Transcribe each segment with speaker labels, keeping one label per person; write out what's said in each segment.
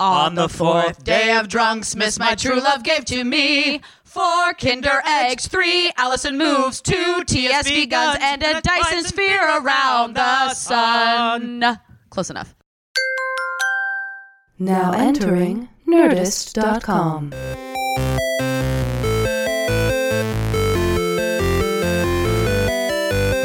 Speaker 1: On the fourth day of drunks, Miss my true love gave to me. Four Kinder eggs, three Allison moves, two TSB guns, and a Dyson sphere around the sun. Close enough.
Speaker 2: Now entering Nerdist.com.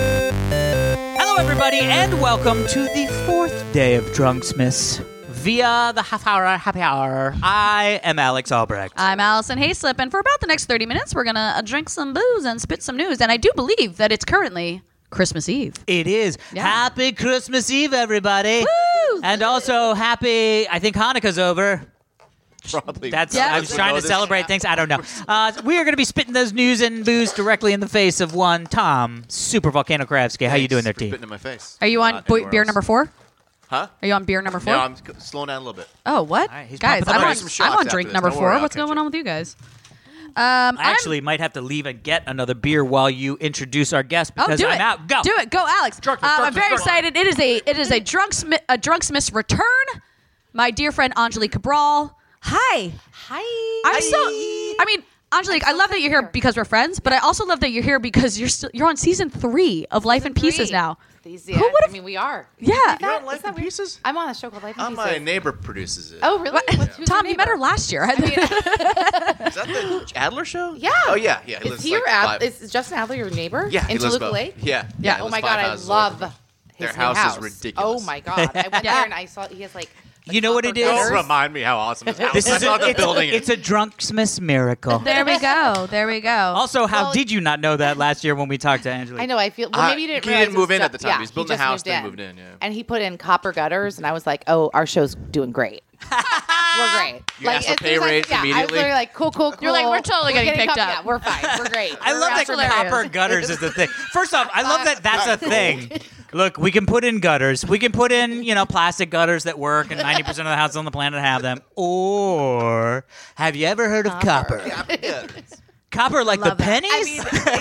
Speaker 3: Hello, everybody, and welcome to the fourth day of Drunksmiths via the half hour happy hour. I am Alex Albrecht.
Speaker 1: I'm Allison Hayslip, and for about the next 30 minutes, we're going to uh, drink some booze and spit some news. And I do believe that it's currently Christmas Eve.
Speaker 3: it is
Speaker 1: Yeah.
Speaker 3: happy Christmas Eve, everybody,
Speaker 1: Woo!
Speaker 3: and also happy. I think Hanukkah's over.
Speaker 4: Probably.
Speaker 3: That's
Speaker 1: Yeah.
Speaker 3: I was
Speaker 1: Yes, we
Speaker 3: trying
Speaker 4: know
Speaker 3: to
Speaker 4: this.
Speaker 3: celebrate things. I don't know. Uh, we are going to be spitting those news and booze directly in the face of one Tom Super Volcano Kravsky. How you doing there,
Speaker 4: Thanks for
Speaker 3: T?
Speaker 4: Spitting in my face.
Speaker 1: Are you on
Speaker 4: Not
Speaker 1: bo-
Speaker 4: anywhere
Speaker 1: beer
Speaker 4: else.
Speaker 1: number four?
Speaker 4: Huh?
Speaker 1: Are you on beer number four?
Speaker 4: No, I'm c- slowing down a little bit.
Speaker 1: oh, what?
Speaker 3: right, he's
Speaker 1: guys,
Speaker 3: popping
Speaker 1: I'm
Speaker 3: the-
Speaker 1: on,
Speaker 4: Some shots
Speaker 1: I'm on
Speaker 4: after
Speaker 1: drink
Speaker 4: this.
Speaker 1: number
Speaker 4: Don't worry,
Speaker 1: four.
Speaker 4: I'll
Speaker 1: What's
Speaker 4: catch
Speaker 1: going
Speaker 4: you.
Speaker 1: on with you guys? Um,
Speaker 3: I actually might have to leave and get another beer while you introduce our guest
Speaker 1: Oh,
Speaker 3: because
Speaker 1: do
Speaker 3: I'm
Speaker 1: it!
Speaker 3: out. Go.
Speaker 1: do it, go, Alex.
Speaker 3: Drunken,
Speaker 1: Uh, I'm
Speaker 3: drunken,
Speaker 1: very
Speaker 3: drunken.
Speaker 1: excited. It is a it is a drunksmith a drunksmith's return. My dear friend Anjali Cabral. Hi.
Speaker 5: Hi.
Speaker 1: I'm so. I mean, Angelique, I love that you're here because we're friends, but I also love that you're here because you're still you're on season three of Life in Pieces now.
Speaker 5: These,
Speaker 1: Who
Speaker 5: yeah,
Speaker 1: would've-
Speaker 5: I mean, we are.
Speaker 1: Yeah.
Speaker 4: You're on
Speaker 5: Is
Speaker 4: Life
Speaker 5: that
Speaker 4: in
Speaker 5: weird?
Speaker 4: Pieces?
Speaker 5: I'm on a show called Life in
Speaker 4: Uh,
Speaker 5: Pieces.
Speaker 4: my neighbor produces it.
Speaker 5: Oh, really? Who's your
Speaker 1: Tom, you met her
Speaker 5: neighbor?
Speaker 1: last year. I think.
Speaker 4: Is that the Adler show?
Speaker 5: Yeah.
Speaker 4: Oh, yeah. yeah he
Speaker 5: Is
Speaker 4: lives
Speaker 5: he your
Speaker 4: like
Speaker 5: Ad-
Speaker 4: five-
Speaker 5: is Justin Adler your neighbor?
Speaker 4: Yeah, he
Speaker 5: in
Speaker 4: lives
Speaker 5: Toluca
Speaker 4: about-
Speaker 5: Lake.
Speaker 4: yeah, yeah, he
Speaker 5: oh
Speaker 4: lives
Speaker 5: my
Speaker 4: five
Speaker 5: god, I
Speaker 4: houses away
Speaker 5: love
Speaker 4: from him.
Speaker 5: his
Speaker 4: Their
Speaker 5: new
Speaker 4: house is
Speaker 5: house
Speaker 4: ridiculous.
Speaker 5: Oh my god, I went
Speaker 1: Yeah.
Speaker 5: there and I saw he has like.
Speaker 3: You know what it is?
Speaker 5: Gutters.
Speaker 4: Don't remind me how awesome his house
Speaker 3: This
Speaker 4: I
Speaker 3: is
Speaker 4: saw
Speaker 3: a,
Speaker 4: them
Speaker 3: it's,
Speaker 4: building it.
Speaker 3: it's a drunksmith's miracle.
Speaker 1: there we go. There we go.
Speaker 3: Also, how
Speaker 5: Well-
Speaker 3: did you not know that last year when we talked to Angela?
Speaker 5: I know. I feel.
Speaker 4: Uh,
Speaker 5: Well, maybe you didn't.
Speaker 4: he didn't
Speaker 5: realize it was
Speaker 4: move in
Speaker 5: ju-
Speaker 4: at the time.
Speaker 5: Yeah,
Speaker 4: He was building
Speaker 5: just
Speaker 4: the house,
Speaker 5: moved
Speaker 4: then
Speaker 5: in.
Speaker 4: moved in, yeah.
Speaker 5: And he put in copper gutters, and I was like, "Oh, our show's doing great. we're great.
Speaker 4: You asked for
Speaker 5: as soon
Speaker 4: pay
Speaker 5: as I-
Speaker 4: raise
Speaker 5: yeah, I was
Speaker 4: immediately?
Speaker 5: literally like, "Cool, cool, cool."
Speaker 1: You're like, "We're totally getting picked
Speaker 5: copper-
Speaker 1: up."
Speaker 5: Yeah, we're fine. We're great.
Speaker 3: I
Speaker 5: We're
Speaker 3: love that
Speaker 5: out for
Speaker 1: hilarious.
Speaker 3: copper gutters is the thing. First off, I love that that's a thing. Look, we can put in gutters. We can put in, you know, plastic gutters that work, and 90% of the houses on the planet have them. Or have you ever heard of copper?
Speaker 4: yeah.
Speaker 3: Copper, like
Speaker 1: Love
Speaker 3: the
Speaker 1: it. I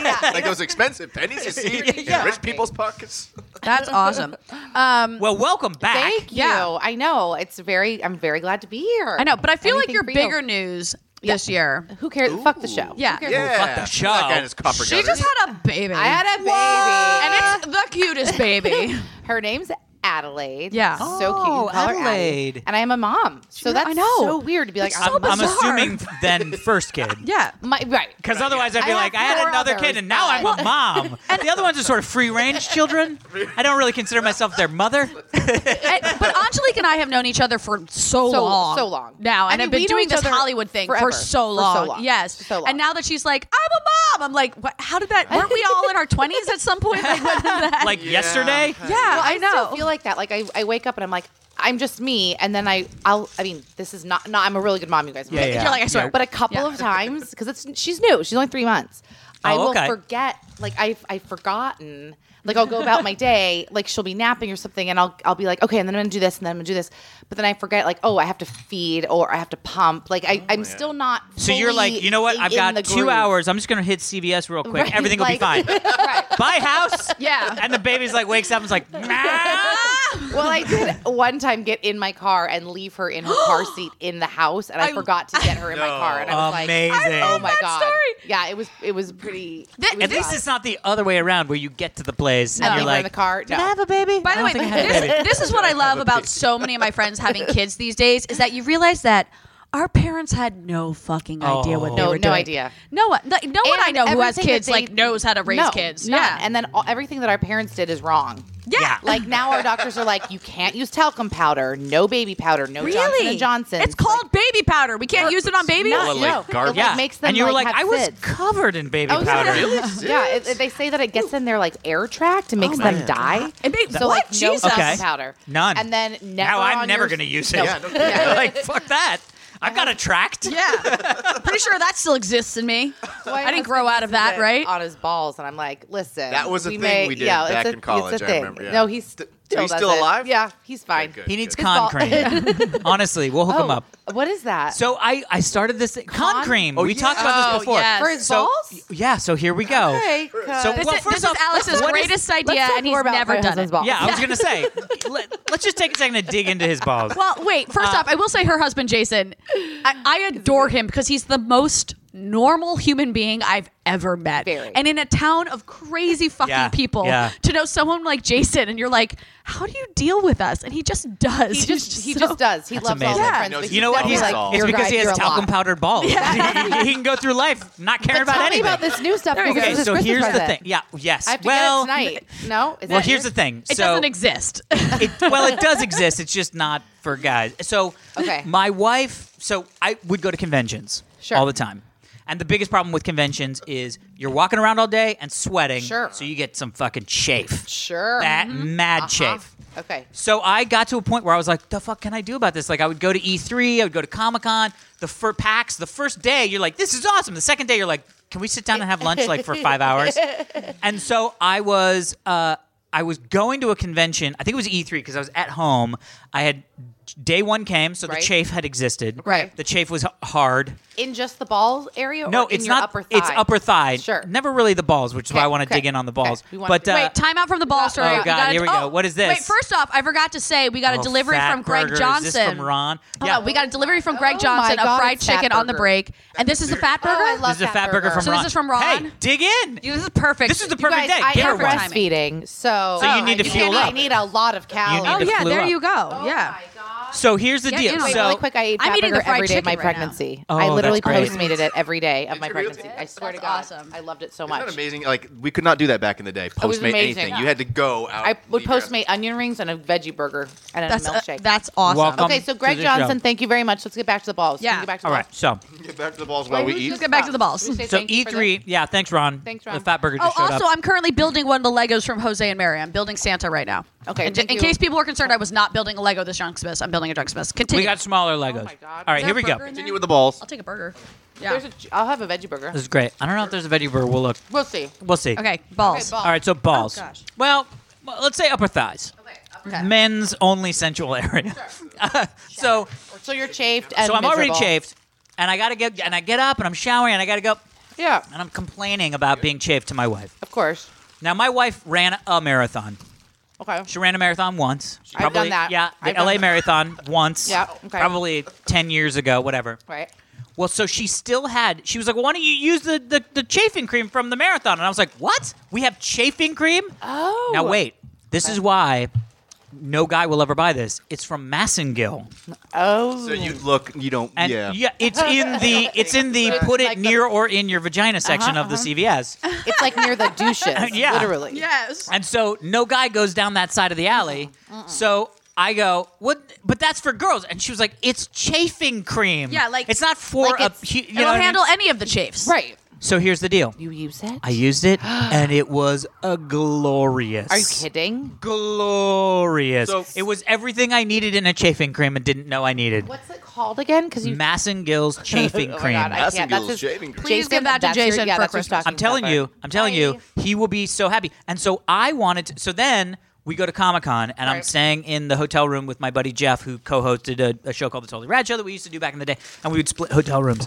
Speaker 3: pennies?
Speaker 4: like those expensive pennies you see in rich people's pockets.
Speaker 1: That's awesome. Um,
Speaker 3: well, welcome back.
Speaker 5: Thank you.
Speaker 1: Yeah.
Speaker 5: I know. It's very. I'm very glad to be here.
Speaker 1: I know, but I feel
Speaker 5: Anything
Speaker 1: like
Speaker 5: for
Speaker 1: you're
Speaker 5: you.
Speaker 1: bigger news this year.
Speaker 5: Who cares? Fuck the show.
Speaker 1: Yeah.
Speaker 5: Who cares?
Speaker 4: Yeah.
Speaker 3: fuck the show.
Speaker 4: That guy in his copper
Speaker 1: She just
Speaker 4: gutters.
Speaker 1: had a baby.
Speaker 5: I had a baby.
Speaker 1: and it's the cutest baby.
Speaker 5: her name's Adelaide.
Speaker 1: Yeah.
Speaker 5: so cute.
Speaker 3: Oh,
Speaker 5: You can call her Addy.
Speaker 3: Adelaide.
Speaker 5: And I am a mom. So
Speaker 1: Sure,
Speaker 5: that's
Speaker 1: I know.
Speaker 5: so weird to be like,
Speaker 1: It's
Speaker 5: I'm
Speaker 1: so
Speaker 5: a mom.
Speaker 3: I'm
Speaker 1: bizarre.
Speaker 3: assuming then first kid.
Speaker 1: yeah.
Speaker 5: My, right.
Speaker 3: Because otherwise, I'd be
Speaker 5: I
Speaker 3: like,
Speaker 5: have
Speaker 3: I had
Speaker 5: four
Speaker 3: another
Speaker 5: others,
Speaker 3: kid, and now
Speaker 5: but-
Speaker 3: I'm a mom. the other ones are sort of free range children. I don't really consider myself their mother.
Speaker 1: And- but Angelique and I have known each other for so,
Speaker 5: So-
Speaker 1: long,
Speaker 5: so long.
Speaker 1: now,
Speaker 5: I
Speaker 1: and
Speaker 5: mean,
Speaker 1: have been
Speaker 5: we know
Speaker 1: doing
Speaker 5: each
Speaker 1: this
Speaker 5: other
Speaker 1: Hollywood thing for
Speaker 5: forever,
Speaker 1: so
Speaker 5: for so
Speaker 1: long.
Speaker 5: long,
Speaker 1: Yes,
Speaker 5: so long.
Speaker 1: And now that she's like, I'm a mom. I'm like, what? How did that? Weren't we all in our twenties at some point? Like, what is that?
Speaker 3: Like yesterday.
Speaker 1: yeah, I know.
Speaker 5: still feel like that. Like I, I wake up and I'm like, I'm just me. And then I, I'll, I mean, this is not, not, I'm a really good mom, you guys.
Speaker 3: Yeah, yeah.
Speaker 1: You're like, I swear.
Speaker 5: But a couple
Speaker 1: Yeah.
Speaker 5: of times, because it's, she's new. She's only three months. I
Speaker 3: Oh,
Speaker 5: will
Speaker 3: okay.
Speaker 5: forget, like I've, I've forgotten, like I'll go about my day, like she'll be napping or something and I'll, I'll be like, okay, and then I'm gonna do this and then I'm gonna do this. But then I forget like, oh, I have to feed or I have to pump. Like I, I'm still not.
Speaker 3: Oh, So you're like,
Speaker 5: fully
Speaker 3: you know what?
Speaker 5: in-
Speaker 3: I've
Speaker 5: in the
Speaker 3: got two
Speaker 5: groove.
Speaker 3: hours. I'm just gonna hit CVS real quick.
Speaker 5: Right,
Speaker 3: Everything will be fine.
Speaker 5: like- right.
Speaker 3: Buy house.
Speaker 1: Yeah.
Speaker 3: And the baby's like wakes up and's like, "Meow."
Speaker 5: Well, I did one time get in my car and leave her in her car seat in the house, and I,
Speaker 1: I-
Speaker 5: forgot to get her in my car, and I was
Speaker 3: Amazing.
Speaker 5: like,
Speaker 3: I
Speaker 5: "Oh
Speaker 3: love
Speaker 5: my
Speaker 1: that
Speaker 5: god!"
Speaker 1: story.
Speaker 5: Yeah, it was it was pretty.
Speaker 1: Th-
Speaker 5: it was
Speaker 3: at least
Speaker 5: rough.
Speaker 3: it's not the other way around where you get to the place
Speaker 5: I
Speaker 3: and
Speaker 5: leave
Speaker 3: you're
Speaker 5: her in the
Speaker 3: like,
Speaker 5: car. No.
Speaker 3: a baby?
Speaker 1: By the way, this, this is what I love about so many of my friends having kids these days is that you realize that our parents had no fucking idea what they
Speaker 5: Oh. No-
Speaker 1: were
Speaker 5: no
Speaker 1: doing.
Speaker 5: idea.
Speaker 1: No one, like, no one
Speaker 5: And
Speaker 1: I know who has
Speaker 5: everything that
Speaker 1: kids
Speaker 5: they-
Speaker 1: like knows how to raise
Speaker 5: No,
Speaker 1: kids.
Speaker 5: none.
Speaker 1: Yeah,
Speaker 5: and then all, everything that our parents did is wrong.
Speaker 3: Yeah.
Speaker 1: yeah.
Speaker 5: Like now, our doctors are like, you can't use talcum powder, no baby powder, no Johnson and Johnson.
Speaker 1: It's called baby powder. We can't use it on babies.
Speaker 5: no,
Speaker 4: Well, like
Speaker 5: no.
Speaker 4: garbage.
Speaker 5: It
Speaker 3: yeah.
Speaker 5: like, makes them
Speaker 3: and you were like, I
Speaker 5: have
Speaker 3: was
Speaker 5: SIDS.
Speaker 3: covered in baby
Speaker 5: I was
Speaker 3: powder.
Speaker 5: like- Yeah, it, it- they say that it gets in their like air tract and makes
Speaker 1: my
Speaker 5: them die.
Speaker 1: It makes-
Speaker 5: so like
Speaker 1: what?
Speaker 5: no
Speaker 1: Jesus.
Speaker 5: talcum
Speaker 3: Okay.
Speaker 5: powder,
Speaker 3: None.
Speaker 5: and then never
Speaker 3: now I'm
Speaker 5: on
Speaker 3: never
Speaker 5: your-
Speaker 3: gonna use it.
Speaker 5: No.
Speaker 3: like, fuck that. I've got a tract.
Speaker 1: Yeah. Pretty sure that still exists in me.
Speaker 5: My
Speaker 1: I didn't
Speaker 5: husband
Speaker 1: grow out of
Speaker 5: uses
Speaker 1: that,
Speaker 5: it
Speaker 1: right?
Speaker 5: On his balls, and I'm like, listen,
Speaker 4: That was a
Speaker 5: we
Speaker 4: thing
Speaker 5: may-
Speaker 4: we did
Speaker 5: yeah,
Speaker 4: back
Speaker 5: it's a,
Speaker 4: in college,
Speaker 5: It's a
Speaker 4: I
Speaker 5: thing.
Speaker 4: remember, yeah.
Speaker 5: No, he's still
Speaker 4: He's
Speaker 5: does
Speaker 4: still
Speaker 5: it.
Speaker 4: alive?
Speaker 5: Yeah, he's fine.
Speaker 4: good.
Speaker 3: He needs
Speaker 5: His
Speaker 3: con
Speaker 5: fault.
Speaker 3: cream. Honestly, we'll hook him
Speaker 5: Oh,
Speaker 3: up.
Speaker 5: what is that?
Speaker 3: So I, I started this thing. Con,
Speaker 5: Con?
Speaker 3: cream.
Speaker 4: Oh,
Speaker 3: we
Speaker 4: yeah.
Speaker 3: talked about
Speaker 1: Oh,
Speaker 3: this before.
Speaker 1: yes.
Speaker 5: for his
Speaker 3: So
Speaker 5: balls?
Speaker 3: yeah, so here we go.
Speaker 5: Okay,
Speaker 3: So
Speaker 5: cut.
Speaker 3: well,
Speaker 1: this
Speaker 3: first
Speaker 1: is
Speaker 3: off,
Speaker 1: Alex's
Speaker 3: what is-
Speaker 1: greatest idea,
Speaker 5: Let's talk
Speaker 1: and he's
Speaker 5: more about
Speaker 1: never
Speaker 5: my
Speaker 1: done
Speaker 5: husband's
Speaker 1: it.
Speaker 5: balls.
Speaker 3: yeah, I was gonna say. let, let's just take a second to dig into his balls.
Speaker 1: Well, wait. First
Speaker 3: Uh,
Speaker 1: off, I will say her husband Jason. I, I adore him because he's the most normal human being I've ever met.
Speaker 5: Very.
Speaker 1: And in a town of crazy fucking
Speaker 3: Yeah,
Speaker 1: people,
Speaker 3: yeah.
Speaker 1: to know someone like Jason, and you're like, how do you deal with us? And he just does.
Speaker 5: He
Speaker 1: He's
Speaker 5: just, he
Speaker 1: so-
Speaker 5: just does. He
Speaker 3: That's
Speaker 5: loves
Speaker 3: amazing.
Speaker 5: all
Speaker 1: Yeah.
Speaker 5: his friends.
Speaker 4: Knows
Speaker 5: but
Speaker 4: his
Speaker 3: you know what?
Speaker 5: definitely
Speaker 3: He's
Speaker 4: balls.
Speaker 5: like,
Speaker 3: it's
Speaker 5: "You're
Speaker 3: because
Speaker 5: right,
Speaker 3: he
Speaker 5: you're
Speaker 3: has
Speaker 5: a
Speaker 3: talcum
Speaker 5: lot."
Speaker 3: powdered balls. he, he can go through life not caring
Speaker 5: But
Speaker 3: about
Speaker 5: tell me
Speaker 3: anything.
Speaker 5: about this new stuff. because
Speaker 3: okay,
Speaker 5: it's his
Speaker 3: so
Speaker 5: Christmas
Speaker 3: here's the
Speaker 5: present.
Speaker 3: thing. Yeah, yes.
Speaker 5: I have to
Speaker 3: well,
Speaker 5: get it tonight. No, is
Speaker 3: well,
Speaker 5: that
Speaker 3: here's
Speaker 5: it?
Speaker 3: the thing.
Speaker 1: It
Speaker 3: so
Speaker 1: doesn't exist.
Speaker 3: it, well, it does exist. It's just not for guys. So,
Speaker 5: Okay.
Speaker 3: my wife. So I would go to conventions
Speaker 5: Sure.
Speaker 3: all the time, and the biggest problem with conventions is you're walking around all day and sweating.
Speaker 5: Sure.
Speaker 3: So you get some fucking chafe.
Speaker 5: Sure. Mm-hmm. Uh-huh.
Speaker 3: That mad chafe.
Speaker 5: Okay.
Speaker 3: So I got to a point where I was like, "The fuck can I do about this?" Like I would go to E3, I would go to Comic Con, the fur packs. The first day you're like, "This is awesome." The second day you're like, "Can we sit down and have lunch like for five hours?" And so I was, uh, I was going to a convention. I think it was E3 because I was at home. I had day one came, so
Speaker 5: Right.
Speaker 3: the chafe had existed.
Speaker 5: Right.
Speaker 3: The chafe was h- hard.
Speaker 5: In just the ball area?
Speaker 3: No,
Speaker 5: or
Speaker 3: it's
Speaker 5: in your
Speaker 3: not.
Speaker 5: Upper thigh?
Speaker 3: It's upper thigh.
Speaker 5: Sure.
Speaker 3: Never really the balls, which is why I
Speaker 5: Okay,
Speaker 3: want to
Speaker 5: okay,
Speaker 3: dig in on the
Speaker 5: okay.
Speaker 3: balls.
Speaker 5: We wanna-
Speaker 3: But uh,
Speaker 1: Wait, time out from the ball story.
Speaker 5: Oh,
Speaker 1: We
Speaker 3: God,
Speaker 1: gotta-
Speaker 3: here we go.
Speaker 1: oh,
Speaker 3: What is this?
Speaker 1: Wait, first off, I forgot to say we got
Speaker 3: Oh,
Speaker 1: a delivery
Speaker 3: Fat
Speaker 1: from Greg
Speaker 3: Burger.
Speaker 1: Johnson.
Speaker 3: Is this from Ron?
Speaker 1: Yeah, we got a delivery from Greg
Speaker 5: Oh,
Speaker 1: Johnson
Speaker 5: my God,
Speaker 1: of fried
Speaker 5: it's Fat
Speaker 1: chicken on the
Speaker 5: Burger.
Speaker 1: break, and this is the Fat Burger.
Speaker 5: Oh, I love
Speaker 3: This is a fat burger from
Speaker 1: So
Speaker 3: Ron.
Speaker 1: this is from Ron?
Speaker 3: Hey, dig in.
Speaker 1: You- this is perfect.
Speaker 3: This is the
Speaker 1: You
Speaker 3: perfect
Speaker 1: guys-
Speaker 3: day.
Speaker 5: I
Speaker 3: Get
Speaker 5: am
Speaker 3: her one.
Speaker 5: breastfeeding, so
Speaker 3: So you need
Speaker 5: I
Speaker 3: to fuel
Speaker 5: I
Speaker 3: up.
Speaker 5: need a lot of calories. Oh,
Speaker 3: need
Speaker 1: Oh
Speaker 3: to
Speaker 1: yeah,
Speaker 3: flew
Speaker 1: there
Speaker 3: up.
Speaker 1: you go. yeah.
Speaker 3: So here's the
Speaker 1: Yeah,
Speaker 3: deal.
Speaker 1: you know,
Speaker 5: Wait,
Speaker 3: so
Speaker 5: really quick, I ate
Speaker 1: I'm
Speaker 5: Fat
Speaker 1: eating
Speaker 5: burger
Speaker 1: the fried
Speaker 5: every day of my
Speaker 1: chicken right now.
Speaker 5: pregnancy.
Speaker 3: Oh,
Speaker 5: I literally
Speaker 3: that's great.
Speaker 5: postmated it every day of my pregnancy. I swear to
Speaker 1: That's
Speaker 5: God,
Speaker 1: awesome.
Speaker 5: I loved it so
Speaker 4: Isn't
Speaker 5: much.
Speaker 4: that amazing? Like we could not do that back in the day.
Speaker 5: was
Speaker 4: Postmate
Speaker 5: amazing.
Speaker 4: anything. You had to go out.
Speaker 5: I would
Speaker 4: leave your house.
Speaker 5: postmate onion rings and a veggie burger and
Speaker 1: That's
Speaker 5: a
Speaker 1: uh,
Speaker 5: milkshake.
Speaker 1: that's awesome.
Speaker 3: Welcome.
Speaker 5: okay, so
Speaker 3: to
Speaker 5: Greg
Speaker 3: the
Speaker 5: Johnson,
Speaker 3: show.
Speaker 5: thank you very much. Let's get back to the balls. Can
Speaker 1: Yeah.
Speaker 5: we Get back to the
Speaker 3: All right.
Speaker 5: balls?
Speaker 3: So
Speaker 4: Get back to the balls while we eat.
Speaker 1: Let's get back to the balls.
Speaker 5: Can we say
Speaker 3: so
Speaker 5: thank you for
Speaker 3: E3. Yeah, thanks, Ron.
Speaker 5: Thanks,
Speaker 3: The
Speaker 5: Ron.
Speaker 3: fat burger
Speaker 1: Oh,
Speaker 3: just showed
Speaker 1: also,
Speaker 3: up.
Speaker 1: I'm currently building one of the Legos from Jose and Mary. I'm building Santa right now.
Speaker 5: Okay,
Speaker 1: And j-
Speaker 5: thank
Speaker 1: in
Speaker 5: you.
Speaker 1: case people were concerned, I was not building a Lego this Junksmith. I'm building a Junksmith. Continue.
Speaker 3: we got smaller Legos.
Speaker 5: my God.
Speaker 1: Oh
Speaker 3: All right,
Speaker 1: Is
Speaker 3: here
Speaker 1: there
Speaker 3: we
Speaker 1: a
Speaker 3: go.
Speaker 1: burger in there?
Speaker 4: Continue with the balls.
Speaker 1: I'll take a burger.
Speaker 5: that.
Speaker 1: Yeah.
Speaker 5: There's a, I'll have a veggie burger.
Speaker 3: This is great. I don't know if there's a veggie burger. We'll look.
Speaker 5: We'll see.
Speaker 3: We'll see.
Speaker 1: okay, balls.
Speaker 5: Okay, balls.
Speaker 3: All right, so balls.
Speaker 1: gosh.
Speaker 3: Well, well, let's say upper thighs.
Speaker 1: Okay.
Speaker 3: Men's only sensual area. so
Speaker 5: So you're chafed and
Speaker 3: so I'm already
Speaker 5: miserable.
Speaker 3: chafed, and I gotta get and I get up and I'm showering and I gotta go
Speaker 5: Yeah,
Speaker 3: and I'm complaining about being chafed to my wife.
Speaker 5: of course.
Speaker 3: Now my wife ran a marathon.
Speaker 5: Okay.
Speaker 3: She ran a marathon once.
Speaker 5: I've done that.
Speaker 3: Yeah, the
Speaker 5: I've done
Speaker 3: LA
Speaker 5: that.
Speaker 3: marathon once.
Speaker 5: Yeah, okay.
Speaker 3: Probably 10 years ago, whatever.
Speaker 5: Right.
Speaker 3: Well, so she still had, she was like, why don't you use the, the, the chafing cream from the marathon? And I was like, what? We have chafing cream?
Speaker 5: Oh.
Speaker 3: Now, wait. This is why no guy will ever buy this. It's from Massengill.
Speaker 5: Oh.
Speaker 4: So you look. You don't.
Speaker 3: And
Speaker 4: yeah.
Speaker 3: it's in the it's in the
Speaker 5: It's
Speaker 3: put it
Speaker 5: like the-
Speaker 3: near or in your vagina section
Speaker 5: Uh-huh,
Speaker 3: of the CVS.
Speaker 5: It's like near the douches.
Speaker 3: Yeah.
Speaker 5: Literally.
Speaker 1: Yes.
Speaker 3: And so no guy goes down that side of the alley. So I go, what? But that's for girls. And she was like, it's chafing cream.
Speaker 1: Yeah, like-
Speaker 3: it's not for
Speaker 1: like
Speaker 3: a.
Speaker 1: it's-
Speaker 3: hu- you know
Speaker 1: It'll
Speaker 3: what I mean?
Speaker 1: handle any of the chafes.
Speaker 5: Right.
Speaker 3: So here's the deal.
Speaker 5: You use it?
Speaker 3: I used it, and it was a glorious.
Speaker 5: Are you kidding?
Speaker 3: Glorious.
Speaker 4: So-
Speaker 3: it was everything I needed in a chafing cream and didn't know I needed.
Speaker 5: What's it called again? Because you.
Speaker 3: Massengill's chafing
Speaker 5: Oh my
Speaker 3: cream.
Speaker 5: God, I
Speaker 4: That's
Speaker 5: can't.
Speaker 4: a
Speaker 5: That's
Speaker 4: good
Speaker 5: his,
Speaker 4: shaving cream.
Speaker 1: Please give that to
Speaker 5: that's your-
Speaker 1: Jason
Speaker 5: yeah,
Speaker 1: for
Speaker 5: that's your
Speaker 1: Christmas.
Speaker 5: stocking
Speaker 3: I'm telling
Speaker 5: stuffer.
Speaker 3: you, I'm telling you, he will be so happy. And so I wanted to, so then we go to Comic Con and I'm
Speaker 5: Right.
Speaker 3: staying in the hotel room with my buddy Jeff, who co hosted a, a show called The Totally Rad Show that we used to do back in the day. And we would split hotel rooms.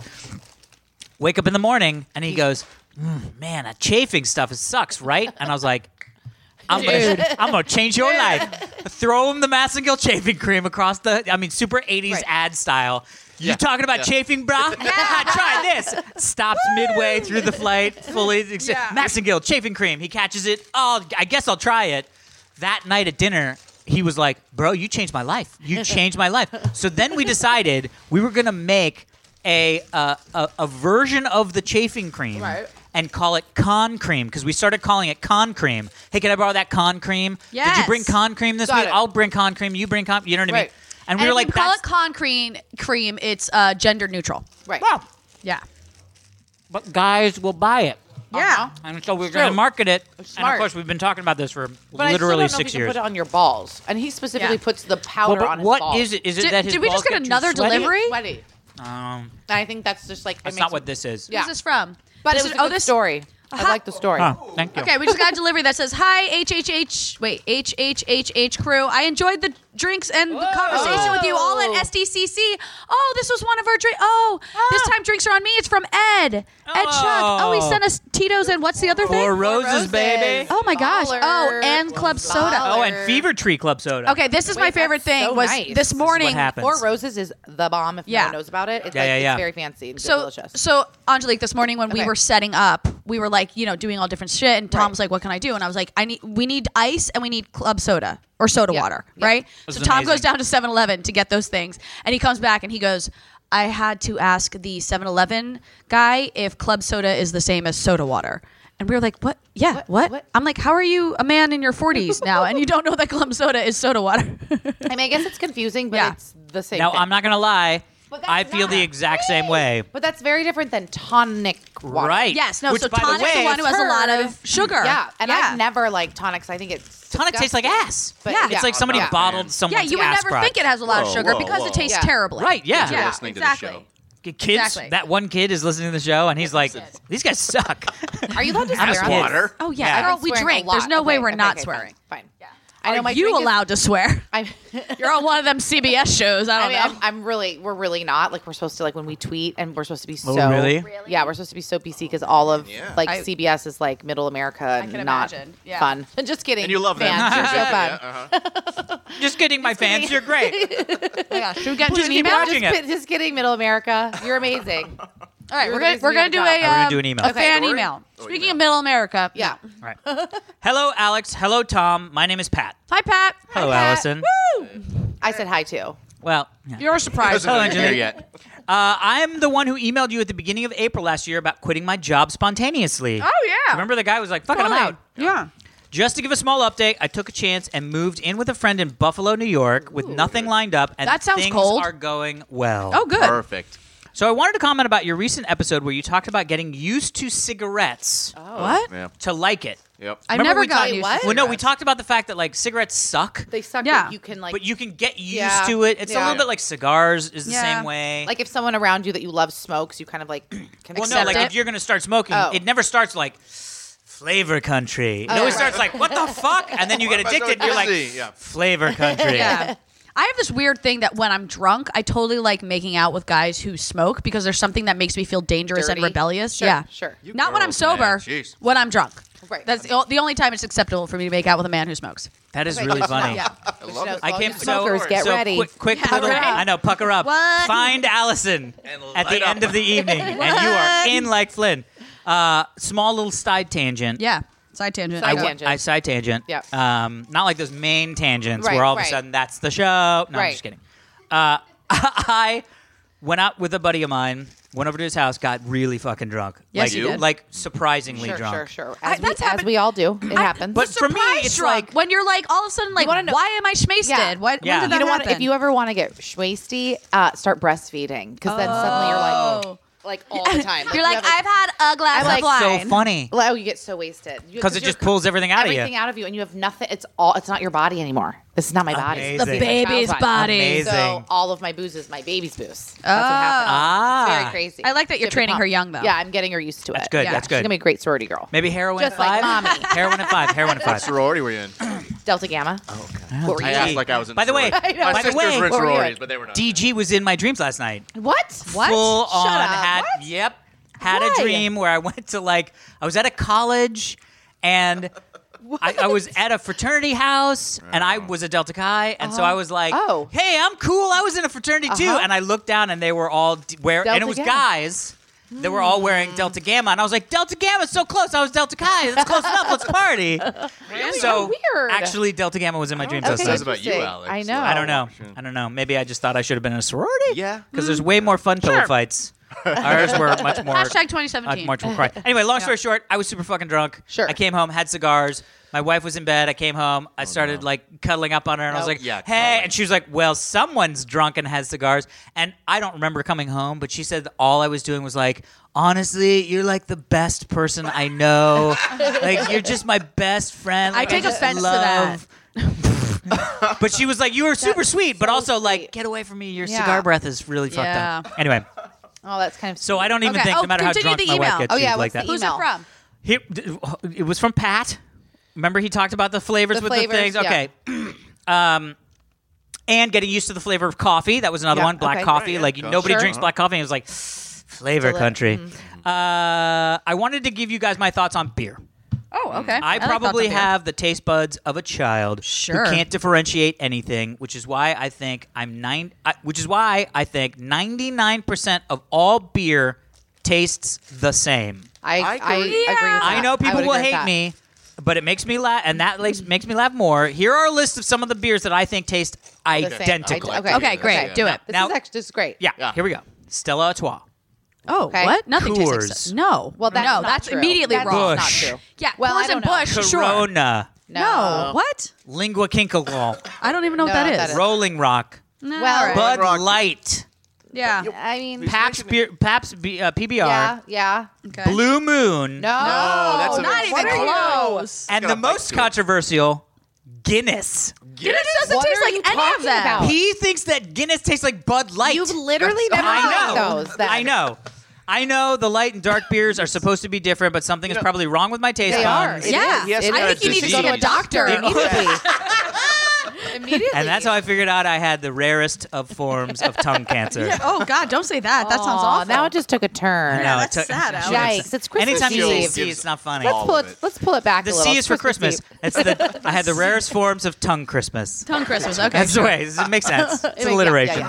Speaker 3: Wake up in the morning and he goes, "Mm, Man, that chafing stuff it sucks, right? And I was like, I'm gonna, I'm gonna change your life. Throw him the Massengill chafing cream across the, I mean, super 80s
Speaker 5: Right.
Speaker 3: ad style. You
Speaker 4: Yeah,
Speaker 3: talking about
Speaker 4: yeah.
Speaker 3: chafing, bra? Try this. Stops midway through the flight, fully. Ex- Massengill chafing cream. He catches it. Oh, I guess I'll try it. That night at dinner, he was like, "Bro, you changed my life. You changed my life." So then we decided we were gonna make a uh, a, a version of the chafing cream
Speaker 5: Right.
Speaker 3: and call it con cream because we started calling it con cream. Hey, can I borrow that con cream? Did you
Speaker 1: Yes.
Speaker 3: bring con cream this
Speaker 5: Got
Speaker 3: week?
Speaker 5: it.
Speaker 3: I'll bring con cream. You bring con. You know what I mean?
Speaker 5: Right.
Speaker 1: And
Speaker 3: And we
Speaker 1: if
Speaker 3: were like,
Speaker 1: you call
Speaker 3: "That's
Speaker 1: it con cream, cream it's uh, gender neutral.
Speaker 5: Right.
Speaker 3: wow."
Speaker 1: Yeah.
Speaker 3: But guys will buy it.
Speaker 5: Yeah.
Speaker 3: And so we're
Speaker 5: It's true.
Speaker 3: going to market it. And of
Speaker 5: smart.
Speaker 3: course, we've been talking about this for
Speaker 5: But
Speaker 3: literally
Speaker 5: I still don't know
Speaker 3: six
Speaker 5: if you
Speaker 3: years.
Speaker 5: Can put it on your balls, and he specifically
Speaker 1: Yeah.
Speaker 5: puts the
Speaker 3: But-
Speaker 5: powder
Speaker 3: but
Speaker 5: on his
Speaker 3: what
Speaker 5: balls.
Speaker 3: is it? Is it
Speaker 1: Did-
Speaker 3: that his
Speaker 1: did we just
Speaker 3: balls
Speaker 1: get
Speaker 3: too
Speaker 1: another
Speaker 3: sweaty?
Speaker 1: delivery?
Speaker 5: It's Sweaty.
Speaker 3: Um,
Speaker 5: And I think that's just like it
Speaker 3: that's
Speaker 5: makes
Speaker 3: not what
Speaker 5: me-
Speaker 3: this is.
Speaker 5: Yeah.
Speaker 1: Who's this from?
Speaker 5: But
Speaker 1: this
Speaker 5: it was
Speaker 1: is- oh,
Speaker 5: a good
Speaker 1: this
Speaker 5: story. I like the story.
Speaker 3: Oh, thank you.
Speaker 1: Okay, we just got a delivery that says, "Hi HHH, wait HHHH crew. I enjoyed the drinks and the conversation with you all at SDCC. Oh, this was one of our drink. Oh,
Speaker 3: Ah.
Speaker 1: this time drinks are on me. It's from Ed. Ed Chuck. Oh, he sent us Tito's and what's the other thing?
Speaker 3: Four roses, baby.
Speaker 1: Oh my gosh. Oh,
Speaker 5: Baller.
Speaker 1: and club soda.
Speaker 5: Baller.
Speaker 3: Oh, and Fever Tree Club soda.
Speaker 1: Okay, this is my
Speaker 5: Wait,
Speaker 1: favorite
Speaker 5: that's
Speaker 1: thing.
Speaker 5: so
Speaker 1: was
Speaker 5: nice. This
Speaker 1: this
Speaker 5: is what
Speaker 1: morning?
Speaker 3: happens.
Speaker 5: Four Roses is the bomb. If
Speaker 1: Yeah.
Speaker 5: no one knows about it, it's
Speaker 3: Yeah,
Speaker 5: like
Speaker 3: yeah, yeah.
Speaker 5: it's very fancy and
Speaker 1: So,
Speaker 5: delicious.
Speaker 1: so Angelique, this morning when we
Speaker 5: Okay.
Speaker 1: were setting up, we were like, you know, doing all different shit, and Tom's like, "What can I do?" And I was like, "I need, we need ice, and we need club soda or soda
Speaker 5: Yeah.
Speaker 1: water,
Speaker 5: Yeah.
Speaker 1: right?"
Speaker 3: This
Speaker 1: so
Speaker 3: is
Speaker 1: Tom
Speaker 3: amazing.
Speaker 1: goes down to 7-Eleven to get those things, and he comes back and he goes, "I had to ask the 7-Eleven guy if club soda is the same as soda water." And we were like, "What? Yeah, what?"
Speaker 5: What? What?
Speaker 1: I'm like, "How are you a man in your 40s now, and you don't know that club soda is soda water?"
Speaker 5: I mean, I guess it's confusing, but
Speaker 1: Yeah.
Speaker 5: it's the same.
Speaker 3: Now
Speaker 5: thing.
Speaker 3: I'm not gonna lie.
Speaker 5: But that's
Speaker 3: I feel
Speaker 5: not
Speaker 3: the
Speaker 5: a
Speaker 3: exact same way.
Speaker 5: But that's very different than tonic water.
Speaker 3: Right.
Speaker 1: yes, no.
Speaker 3: Which,
Speaker 1: so
Speaker 3: by
Speaker 1: tonic's
Speaker 3: the way,
Speaker 1: the one who has a lot of sugar.
Speaker 5: Yeah, and I've never liked tonics. I think it's
Speaker 3: tonic tastes like
Speaker 5: disgusting.
Speaker 3: ass.
Speaker 5: But
Speaker 1: Yeah.
Speaker 5: yeah,
Speaker 3: It's like somebody
Speaker 5: Yeah.
Speaker 3: bottled
Speaker 1: Yeah,
Speaker 3: someone's
Speaker 1: you would
Speaker 3: ass
Speaker 1: never think it has a lot of
Speaker 4: Whoa,
Speaker 1: sugar
Speaker 4: whoa,
Speaker 1: because
Speaker 4: whoa.
Speaker 1: it tastes
Speaker 5: Yeah.
Speaker 1: terribly.
Speaker 3: Right, yeah.
Speaker 4: You're listening to the
Speaker 1: exactly.
Speaker 4: show.
Speaker 3: Kids, that one kid is listening to the show and he's like, "These guys suck."
Speaker 5: Are you allowed to
Speaker 3: I'm
Speaker 5: swear on
Speaker 3: kidding.
Speaker 5: this?
Speaker 4: Water.
Speaker 1: Oh
Speaker 3: Yeah.
Speaker 1: yeah, girl,
Speaker 5: I've been
Speaker 1: we
Speaker 5: swearing a
Speaker 1: drink.
Speaker 5: lot.
Speaker 1: There's no way
Speaker 5: Okay,
Speaker 1: we're
Speaker 5: okay,
Speaker 1: not
Speaker 5: okay,
Speaker 1: swearing.
Speaker 5: Fine. fine. I know
Speaker 1: Are
Speaker 5: my
Speaker 1: you
Speaker 5: drink is-
Speaker 1: allowed to swear?
Speaker 5: I'm,
Speaker 1: You're on one of them CBS shows. I
Speaker 5: I
Speaker 1: don't
Speaker 5: mean,
Speaker 1: know.
Speaker 5: I'm, I'm really, we're really not like we're supposed to like when we tweet and we're supposed to be so.
Speaker 3: Oh, really?
Speaker 5: Yeah, we're supposed to be so PC because all of
Speaker 4: Yeah.
Speaker 5: like
Speaker 1: I-
Speaker 5: CBS is like middle America, and
Speaker 1: can
Speaker 5: not
Speaker 1: imagine. Yeah.
Speaker 5: fun. Just kidding.
Speaker 4: And you love
Speaker 5: Fans,
Speaker 4: that. uh-huh.
Speaker 5: you're so fun.
Speaker 3: Just kidding, my fans. You're great.
Speaker 1: Should we get into
Speaker 3: Please
Speaker 1: an
Speaker 3: keep
Speaker 1: email?
Speaker 3: watching
Speaker 5: Just,
Speaker 3: it.
Speaker 5: ki- just kidding, middle America. You're amazing.
Speaker 1: All right,
Speaker 5: You're
Speaker 1: we're
Speaker 5: the
Speaker 1: gonna
Speaker 5: reason
Speaker 1: we're
Speaker 5: we
Speaker 1: gonna
Speaker 5: have a
Speaker 1: do a,
Speaker 5: job.
Speaker 3: We're gonna
Speaker 1: um,
Speaker 3: do an email.
Speaker 1: a fan
Speaker 4: Story?
Speaker 1: email.
Speaker 4: Oh,
Speaker 1: Speaking
Speaker 4: email.
Speaker 1: of Middle America,
Speaker 5: Yeah.
Speaker 3: All right. Hello, Alex. Hello, Tom. My name is Pat.
Speaker 1: Hi Pat.
Speaker 3: Hello,
Speaker 5: Pat.
Speaker 3: Allison.
Speaker 5: I said hi too.
Speaker 3: Well, yeah.
Speaker 1: You're surprised.
Speaker 4: Doesn't
Speaker 3: Hello,
Speaker 4: know you're here
Speaker 3: Jenny.
Speaker 4: yet.
Speaker 3: Uh, I'm the one who emailed you at the beginning of April last year about quitting my job spontaneously.
Speaker 1: Oh, yeah.
Speaker 3: Remember the guy was like, "Fucking
Speaker 1: Totally.
Speaker 3: I'm out."
Speaker 1: Yeah.
Speaker 3: Just to give a small update, I took a chance and moved in with a friend in Buffalo, New York, with nothing lined up, and
Speaker 1: That sounds
Speaker 3: things
Speaker 1: cold.
Speaker 3: are going well.
Speaker 1: Oh good.
Speaker 4: Perfect.
Speaker 3: So I wanted to comment about your recent episode where you talked about getting used to cigarettes
Speaker 1: What?
Speaker 4: Yeah.
Speaker 3: to like it.
Speaker 4: Yep.
Speaker 1: I've
Speaker 3: Remember
Speaker 1: Oh. never
Speaker 3: we
Speaker 1: gotten
Speaker 3: talked-
Speaker 1: used
Speaker 5: Wait,
Speaker 1: to
Speaker 3: Well, no, we
Speaker 1: cigarettes.
Speaker 3: talked about the fact that like cigarettes suck,
Speaker 5: They suck.
Speaker 1: Yeah.
Speaker 5: Yeah. You can like,
Speaker 3: but you can get used
Speaker 5: Yeah.
Speaker 3: to it. It's a
Speaker 5: Yeah.
Speaker 3: little bit like cigars is the
Speaker 1: Yeah.
Speaker 3: same way.
Speaker 5: like if someone around you that you love smokes, you kind of like can
Speaker 3: well, no,
Speaker 5: accept
Speaker 3: like
Speaker 5: it.
Speaker 3: if you're gonna start smoking,
Speaker 5: Oh.
Speaker 3: it never starts like flavor country. It
Speaker 5: Oh,
Speaker 3: always
Speaker 5: yeah.
Speaker 3: starts like what the fuck, and then you get
Speaker 4: What am I
Speaker 3: addicted. and You're
Speaker 4: going
Speaker 3: like
Speaker 4: to see? Yeah.
Speaker 3: flavor country.
Speaker 1: Yeah. I have this weird thing that when I'm drunk, I totally like making out with guys who smoke because there's something that makes me feel dangerous and
Speaker 5: Dirty.
Speaker 1: rebellious.
Speaker 5: Sure,
Speaker 1: yeah,
Speaker 5: sure. You
Speaker 1: Not when I'm
Speaker 4: girls, man.
Speaker 1: sober.
Speaker 4: Jeez.
Speaker 1: When I'm drunk.
Speaker 5: Right.
Speaker 1: That's the, o- the only time it's acceptable for me to make out with a man who smokes.
Speaker 3: That is really funny.
Speaker 5: Yeah.
Speaker 4: I love it.
Speaker 3: I
Speaker 5: All
Speaker 3: came
Speaker 5: you
Speaker 3: so,
Speaker 5: smokers, get
Speaker 3: so
Speaker 5: ready.
Speaker 3: quick, quick
Speaker 1: Yeah,
Speaker 3: little,
Speaker 1: pucker up.
Speaker 3: I know, pucker up.
Speaker 1: What?
Speaker 3: Find Allison at
Speaker 4: light
Speaker 3: the
Speaker 4: up.
Speaker 3: end of the evening, and you are in like Flynn. Uh, small little side tangent.
Speaker 1: Yeah. Side tangent.
Speaker 5: Side
Speaker 1: I
Speaker 3: I,
Speaker 1: go.
Speaker 3: w-
Speaker 5: tangent.
Speaker 3: I side tangent.
Speaker 5: Yeah.
Speaker 3: Um, not like those main tangents
Speaker 5: Right,
Speaker 3: where all of
Speaker 5: right.
Speaker 3: a sudden that's the show. No, I'm just
Speaker 5: Right.
Speaker 3: kidding. Uh, I went out with a buddy of mine, went over to his house, got really fucking drunk.
Speaker 1: Yes,
Speaker 3: like,
Speaker 1: you did.
Speaker 3: like surprisingly
Speaker 5: sure,
Speaker 3: drunk.
Speaker 5: sure, sure.
Speaker 1: I-
Speaker 5: As, we,
Speaker 1: that's
Speaker 5: as
Speaker 1: happened-
Speaker 5: we all do, it
Speaker 1: I-
Speaker 5: happens.
Speaker 3: But for me,
Speaker 1: Surprise
Speaker 3: it's
Speaker 1: drunk.
Speaker 3: like
Speaker 1: when you're like all of a sudden like
Speaker 5: wanna know-
Speaker 1: why am I schmasted?
Speaker 5: Yeah.
Speaker 1: What
Speaker 3: Yeah.
Speaker 1: when
Speaker 3: You
Speaker 1: did that
Speaker 5: you don't want
Speaker 1: happen?
Speaker 5: if you ever want to get schwasty, uh, start breastfeeding because then suddenly you're like,
Speaker 1: oh.
Speaker 5: like all the time.
Speaker 1: You're like
Speaker 5: you have
Speaker 1: I've had a glass
Speaker 5: I
Speaker 1: of
Speaker 5: like-
Speaker 3: that's
Speaker 1: wine.
Speaker 3: so funny.
Speaker 5: a- oh, you get so wasted You-
Speaker 3: Because it
Speaker 5: you're
Speaker 3: just pulls everything out of
Speaker 5: everything
Speaker 3: you.
Speaker 5: out of you, and you have nothing. It's all. It's not your body anymore. This is not my body.
Speaker 3: Amazing.
Speaker 5: This is my child's
Speaker 1: Baby's body.
Speaker 3: Amazing.
Speaker 5: So all of my booze is my baby's booze. That's what
Speaker 1: Oh.
Speaker 5: happens.
Speaker 3: Ah.
Speaker 5: It's very crazy.
Speaker 1: I like that you're
Speaker 5: Super
Speaker 1: training her
Speaker 5: pumped.
Speaker 1: young, though.
Speaker 5: Yeah, I'm getting her used to it.
Speaker 3: That's good,
Speaker 5: Yeah.
Speaker 3: that's good.
Speaker 5: She's gonna be a great sorority girl.
Speaker 3: Maybe heroin
Speaker 5: Just
Speaker 3: at
Speaker 5: like
Speaker 3: five.
Speaker 5: mommy.
Speaker 3: heroin at five. Heroin at five.
Speaker 4: sorority were you in?
Speaker 5: Delta Gamma. Oh, okay. What were
Speaker 4: I
Speaker 5: you?
Speaker 4: asked like I was in.
Speaker 3: By the way-
Speaker 4: sorority.
Speaker 5: I know.
Speaker 4: my
Speaker 5: By
Speaker 3: the
Speaker 4: sisters
Speaker 3: way-
Speaker 4: were in
Speaker 5: What were you in?
Speaker 4: sororities, but they were not.
Speaker 3: DG was in my dreams last night.
Speaker 5: What? What?
Speaker 3: Full
Speaker 5: Shut
Speaker 3: on
Speaker 5: up.
Speaker 3: had
Speaker 5: What?
Speaker 3: yep had
Speaker 5: Why?
Speaker 3: a dream where I went to like I was at a college and I, I was at a fraternity house and I was a Delta Chi and so I was like,
Speaker 5: Oh.
Speaker 3: hey, I'm cool. I was in a fraternity too,
Speaker 5: Uh-huh.
Speaker 3: and I looked down and they were all d- wear and
Speaker 5: Delta
Speaker 3: it was
Speaker 5: Gamma.
Speaker 3: guys. They were all wearing Delta Gamma, and I was like, "Delta Gamma's so close. I was Delta Chi. That's close enough. Let's party." So
Speaker 5: Weird.
Speaker 3: actually, Delta Gamma was in my dreams.
Speaker 5: Okay.
Speaker 3: last night.
Speaker 4: Says about you,
Speaker 5: Interesting.
Speaker 4: Alex.
Speaker 5: I know.
Speaker 3: I don't know. I don't know. Maybe I just thought I should have been in a sorority.
Speaker 4: Yeah.
Speaker 3: Because there's way more fun pillow fights. Ours were much more.
Speaker 1: Hashtag
Speaker 3: much
Speaker 1: 2017.
Speaker 3: more cry. Anyway, long story short, I was super fucking drunk.
Speaker 5: Sure.
Speaker 3: I came home, had cigars. My wife was in bed. I came home. I started like cuddling up on her, and I was
Speaker 5: No.
Speaker 3: like,
Speaker 4: Oh, Yeah,
Speaker 3: "Hey!"
Speaker 4: cuddling.
Speaker 3: And she was like, "Well, someone's drunk and has cigars." And I don't remember coming home, but she said that all I was doing was like, "Honestly, you're like the best person I know. like, you're just my best friend.
Speaker 1: I
Speaker 3: Like,
Speaker 1: take
Speaker 3: just
Speaker 1: offense to
Speaker 3: love
Speaker 1: that.
Speaker 3: but she was like, "You were super sweet, but
Speaker 5: so
Speaker 3: also like,
Speaker 5: sweet.
Speaker 3: get away from me. Your
Speaker 5: Yeah.
Speaker 3: cigar breath is really
Speaker 1: Yeah.
Speaker 3: fucked up." Anyway,
Speaker 5: Oh, that's kind of.
Speaker 3: so I don't even
Speaker 1: Okay.
Speaker 3: think,
Speaker 1: Oh,
Speaker 3: no matter how
Speaker 1: continue
Speaker 3: drunk
Speaker 1: the
Speaker 3: my wife
Speaker 1: email.
Speaker 3: gets,
Speaker 5: Oh,
Speaker 3: she's
Speaker 5: yeah,
Speaker 3: like
Speaker 5: what's
Speaker 3: that.
Speaker 5: the
Speaker 1: Who's it
Speaker 5: Email.
Speaker 1: from?
Speaker 3: He, it was from Pat. Remember, he talked about the flavors
Speaker 5: The
Speaker 3: with
Speaker 5: flavors,
Speaker 3: the things.
Speaker 5: yeah.
Speaker 3: Okay. um, and getting used to the flavor of coffee. That was another
Speaker 5: Yeah,
Speaker 3: one. Black
Speaker 5: okay.
Speaker 3: coffee.
Speaker 4: Right, yeah,
Speaker 3: like
Speaker 4: gotcha.
Speaker 3: nobody
Speaker 5: Sure.
Speaker 3: drinks black coffee. And it was like flavor
Speaker 5: Deli-
Speaker 3: country.
Speaker 5: Mm-hmm.
Speaker 3: Uh, I wanted to give you guys my thoughts on beer.
Speaker 1: Oh, okay.
Speaker 3: I,
Speaker 1: like thoughts
Speaker 3: probably
Speaker 1: on beer.
Speaker 3: have the taste buds of a child
Speaker 1: Sure.
Speaker 3: who can't differentiate anything, which is why I think I'm nine. I, which is why I think 99% of all beer tastes the same.
Speaker 5: I, I,
Speaker 4: I agree.
Speaker 5: agree with that.
Speaker 3: I know people
Speaker 5: would
Speaker 3: will
Speaker 5: agree with
Speaker 3: hate
Speaker 5: that.
Speaker 3: me, but it makes me laugh, and that makes, makes me laugh more. Here are a list of some of the beers that I think taste
Speaker 5: The same.
Speaker 3: identical.
Speaker 5: I-
Speaker 1: Okay, great.
Speaker 5: okay.
Speaker 1: Do it.
Speaker 5: This
Speaker 3: Now-
Speaker 5: is actually this is great.
Speaker 3: Yeah,
Speaker 4: Yeah.
Speaker 3: here we go. Stella Artois.
Speaker 1: Oh,
Speaker 5: Okay.
Speaker 1: what? Nothing
Speaker 3: Coors.
Speaker 1: tastes like soda. No.
Speaker 5: Well, that's
Speaker 1: no,
Speaker 5: not
Speaker 1: that's
Speaker 5: true.
Speaker 1: immediately
Speaker 5: That's
Speaker 1: wrong.
Speaker 5: not
Speaker 3: Bush.
Speaker 5: true.
Speaker 1: Yeah.
Speaker 5: Well,
Speaker 1: Coors
Speaker 5: I don't
Speaker 1: and
Speaker 5: know.
Speaker 1: Bush. Sure.
Speaker 3: Corona,
Speaker 1: No.
Speaker 5: No.
Speaker 1: What?
Speaker 3: Lingua Kinkelwall,
Speaker 1: I don't even know what
Speaker 5: No,
Speaker 1: that
Speaker 5: that
Speaker 1: is.
Speaker 5: is-
Speaker 3: Rolling Rock,
Speaker 1: No.
Speaker 5: Well- Rolling
Speaker 3: Bud
Speaker 4: Rock.
Speaker 3: Light,
Speaker 1: yeah.
Speaker 5: I mean,
Speaker 3: Pabst beer, Pabst B- uh, PBR,
Speaker 5: yeah, yeah.
Speaker 1: Okay.
Speaker 3: Blue Moon,
Speaker 5: No,
Speaker 4: Oh,
Speaker 5: Oh,
Speaker 4: that's a-
Speaker 1: Not even
Speaker 4: What are you-
Speaker 1: close.
Speaker 3: and
Speaker 4: Gotta
Speaker 3: the most
Speaker 4: bite to it.
Speaker 3: controversial, Guinness.
Speaker 1: It doesn't
Speaker 5: What
Speaker 1: taste
Speaker 5: are
Speaker 1: like
Speaker 5: you
Speaker 1: any of
Speaker 5: talking
Speaker 1: them.
Speaker 5: about?
Speaker 3: He thinks that Guinness tastes like Bud Light.
Speaker 1: You've literally
Speaker 5: That's-
Speaker 1: never
Speaker 5: I
Speaker 1: had
Speaker 5: know.
Speaker 1: those.
Speaker 5: those then.
Speaker 3: I know. I know the light and dark beers are supposed to be different, but something is probably wrong with my taste
Speaker 5: They are.
Speaker 3: buds.
Speaker 5: It
Speaker 1: Yeah.
Speaker 4: is. He has
Speaker 1: I
Speaker 4: got
Speaker 1: think
Speaker 4: a
Speaker 1: you need to go to a
Speaker 4: disease.
Speaker 1: doctor
Speaker 3: Yeah.
Speaker 1: immediately.
Speaker 5: Immediately.
Speaker 3: And that's how I figured out I had the rarest of forms of tongue cancer.
Speaker 1: oh, God. Don't say that. That sounds
Speaker 5: Aw,
Speaker 1: awful.
Speaker 5: now it just took a turn.
Speaker 3: No,
Speaker 1: that's
Speaker 3: it took-
Speaker 1: sad, Alex.
Speaker 5: Yikes, it's Christmas
Speaker 3: Anytime you say
Speaker 5: Eve.
Speaker 3: C, it's not funny.
Speaker 5: Let's pull
Speaker 4: of
Speaker 5: it.
Speaker 4: it.
Speaker 5: Let's pull it back.
Speaker 3: The
Speaker 5: a little.
Speaker 3: C is for Christmas.
Speaker 5: Eve.
Speaker 3: It's the I had the rarest forms of tongue Christmas.
Speaker 1: Tongue Christmas. Okay.
Speaker 3: That's the
Speaker 1: sure.
Speaker 3: way. It makes sense. It's
Speaker 5: Yeah, yeah,
Speaker 3: alliteration.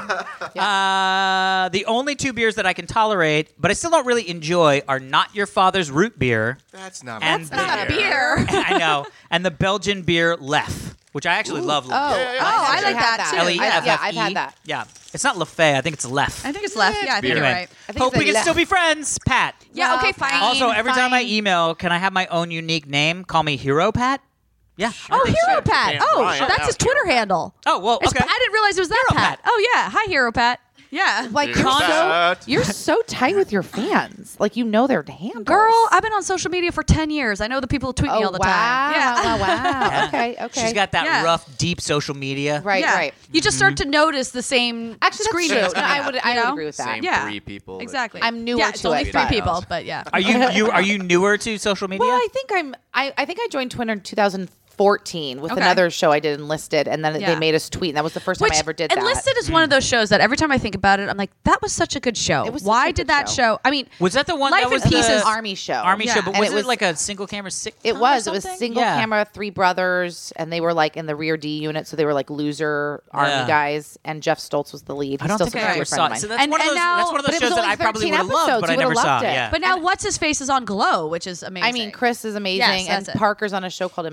Speaker 5: yeah.
Speaker 3: Uh, the only two beers that I can tolerate, but I still don't really enjoy, are not your father's root beer.
Speaker 4: That's not
Speaker 3: And
Speaker 4: a
Speaker 3: That's not
Speaker 1: a beer.
Speaker 3: I know, and the Belgian beer Lef, which I actually love. Lef.
Speaker 5: Oh,
Speaker 4: yeah, yeah.
Speaker 5: oh,
Speaker 4: Oh, I
Speaker 5: I
Speaker 4: like
Speaker 5: like that,
Speaker 1: that,
Speaker 5: too.
Speaker 1: too.
Speaker 3: L E
Speaker 5: I-
Speaker 3: F
Speaker 5: yeah,
Speaker 3: F
Speaker 5: I've
Speaker 3: E.
Speaker 5: had that.
Speaker 3: Yeah, it's not Lefay. I think it's Lef.
Speaker 1: I think it's left. Yeah, I think
Speaker 4: beer.
Speaker 1: you're
Speaker 3: anyway,
Speaker 1: right.
Speaker 5: I think
Speaker 3: hope
Speaker 5: it's
Speaker 3: we
Speaker 5: a
Speaker 3: can still
Speaker 5: Lef.
Speaker 3: be friends, Pat.
Speaker 1: Yeah, okay, fine.
Speaker 3: Also, every time I
Speaker 1: fine.
Speaker 3: email, can I have my own unique name? Call me Hero Pat. Yeah. I
Speaker 1: Oh,
Speaker 3: think so.
Speaker 1: Hero Pat.
Speaker 4: Damn
Speaker 1: Oh,
Speaker 4: right.
Speaker 1: that's his Twitter handle.
Speaker 3: Oh well,
Speaker 1: It's-
Speaker 3: okay.
Speaker 1: I didn't realize it was that
Speaker 3: Hero
Speaker 1: Pat.
Speaker 3: Pat.
Speaker 1: Oh, yeah. Hi, Hero Pat. Yeah.
Speaker 5: Like you're
Speaker 3: Con-
Speaker 5: so,
Speaker 4: That-
Speaker 5: you're so tight with your fans. Like you know their handles.
Speaker 1: Girl, I've been on social media for 10 years. I know the people who tweet
Speaker 5: oh,
Speaker 1: me all the
Speaker 5: wow,
Speaker 1: time. Yeah.
Speaker 5: Wow, wow. Okay, okay.
Speaker 3: She's got that
Speaker 1: Yeah.
Speaker 3: rough, deep social media.
Speaker 5: right,
Speaker 1: Yeah. Mm-hmm.
Speaker 5: right.
Speaker 1: You just start to notice the same
Speaker 5: Actually, that's
Speaker 1: screen.
Speaker 5: true. No, I would- I would agree with that.
Speaker 4: Same
Speaker 1: Yeah.
Speaker 4: three people. that-
Speaker 1: Exactly.
Speaker 5: I'm newer
Speaker 1: Yeah, it's
Speaker 5: to
Speaker 1: only
Speaker 5: it,
Speaker 1: three
Speaker 5: but-
Speaker 1: people, but yeah.
Speaker 3: Are you you are you newer to social media?
Speaker 5: Well, I think I'm. I, I think I joined Twitter in 2014 with
Speaker 1: Okay.
Speaker 5: another show I did Enlisted, and then
Speaker 1: Yeah.
Speaker 5: they made us tweet, and that was the first time I ever did that.
Speaker 1: Enlisted is one of those shows that every time I think about it, I'm like, that was such a good show.
Speaker 5: It was such
Speaker 1: Why
Speaker 5: a
Speaker 1: did
Speaker 5: good
Speaker 1: that
Speaker 5: show.
Speaker 1: show? I mean,
Speaker 3: was that the one
Speaker 1: Life
Speaker 3: that was
Speaker 1: in
Speaker 3: the
Speaker 1: Pieces
Speaker 5: Army show.
Speaker 3: Army
Speaker 1: Yeah.
Speaker 3: show, but
Speaker 5: And
Speaker 3: was
Speaker 5: it
Speaker 3: it,
Speaker 5: was-
Speaker 3: like a single camera sitcom?
Speaker 5: It
Speaker 3: or
Speaker 5: was. It was
Speaker 3: something?
Speaker 5: single
Speaker 3: Yeah.
Speaker 5: camera, three brothers, and they were like in the rear D unit, so they were like loser army
Speaker 3: Yeah.
Speaker 5: guys. And Jeff Stoltz was the lead.
Speaker 3: I don't think
Speaker 5: He's still
Speaker 3: I ever
Speaker 5: a friend
Speaker 3: saw
Speaker 5: of
Speaker 3: it.
Speaker 5: mine.
Speaker 3: So that's
Speaker 1: And-
Speaker 3: one of
Speaker 1: and
Speaker 3: those.
Speaker 1: now-
Speaker 3: that's one of
Speaker 5: but
Speaker 3: those
Speaker 5: it was
Speaker 3: shows that
Speaker 5: only
Speaker 3: I probably
Speaker 5: 13
Speaker 3: would have loved,
Speaker 5: episodes.
Speaker 3: but
Speaker 5: You
Speaker 3: I
Speaker 5: would've
Speaker 3: never saw.
Speaker 5: loved it.
Speaker 3: Yeah.
Speaker 1: but now what's his face is on Glow, which is amazing.
Speaker 5: I mean, Chris is amazing,
Speaker 1: Yes,
Speaker 5: and
Speaker 1: that's it.
Speaker 5: Parker's on a show called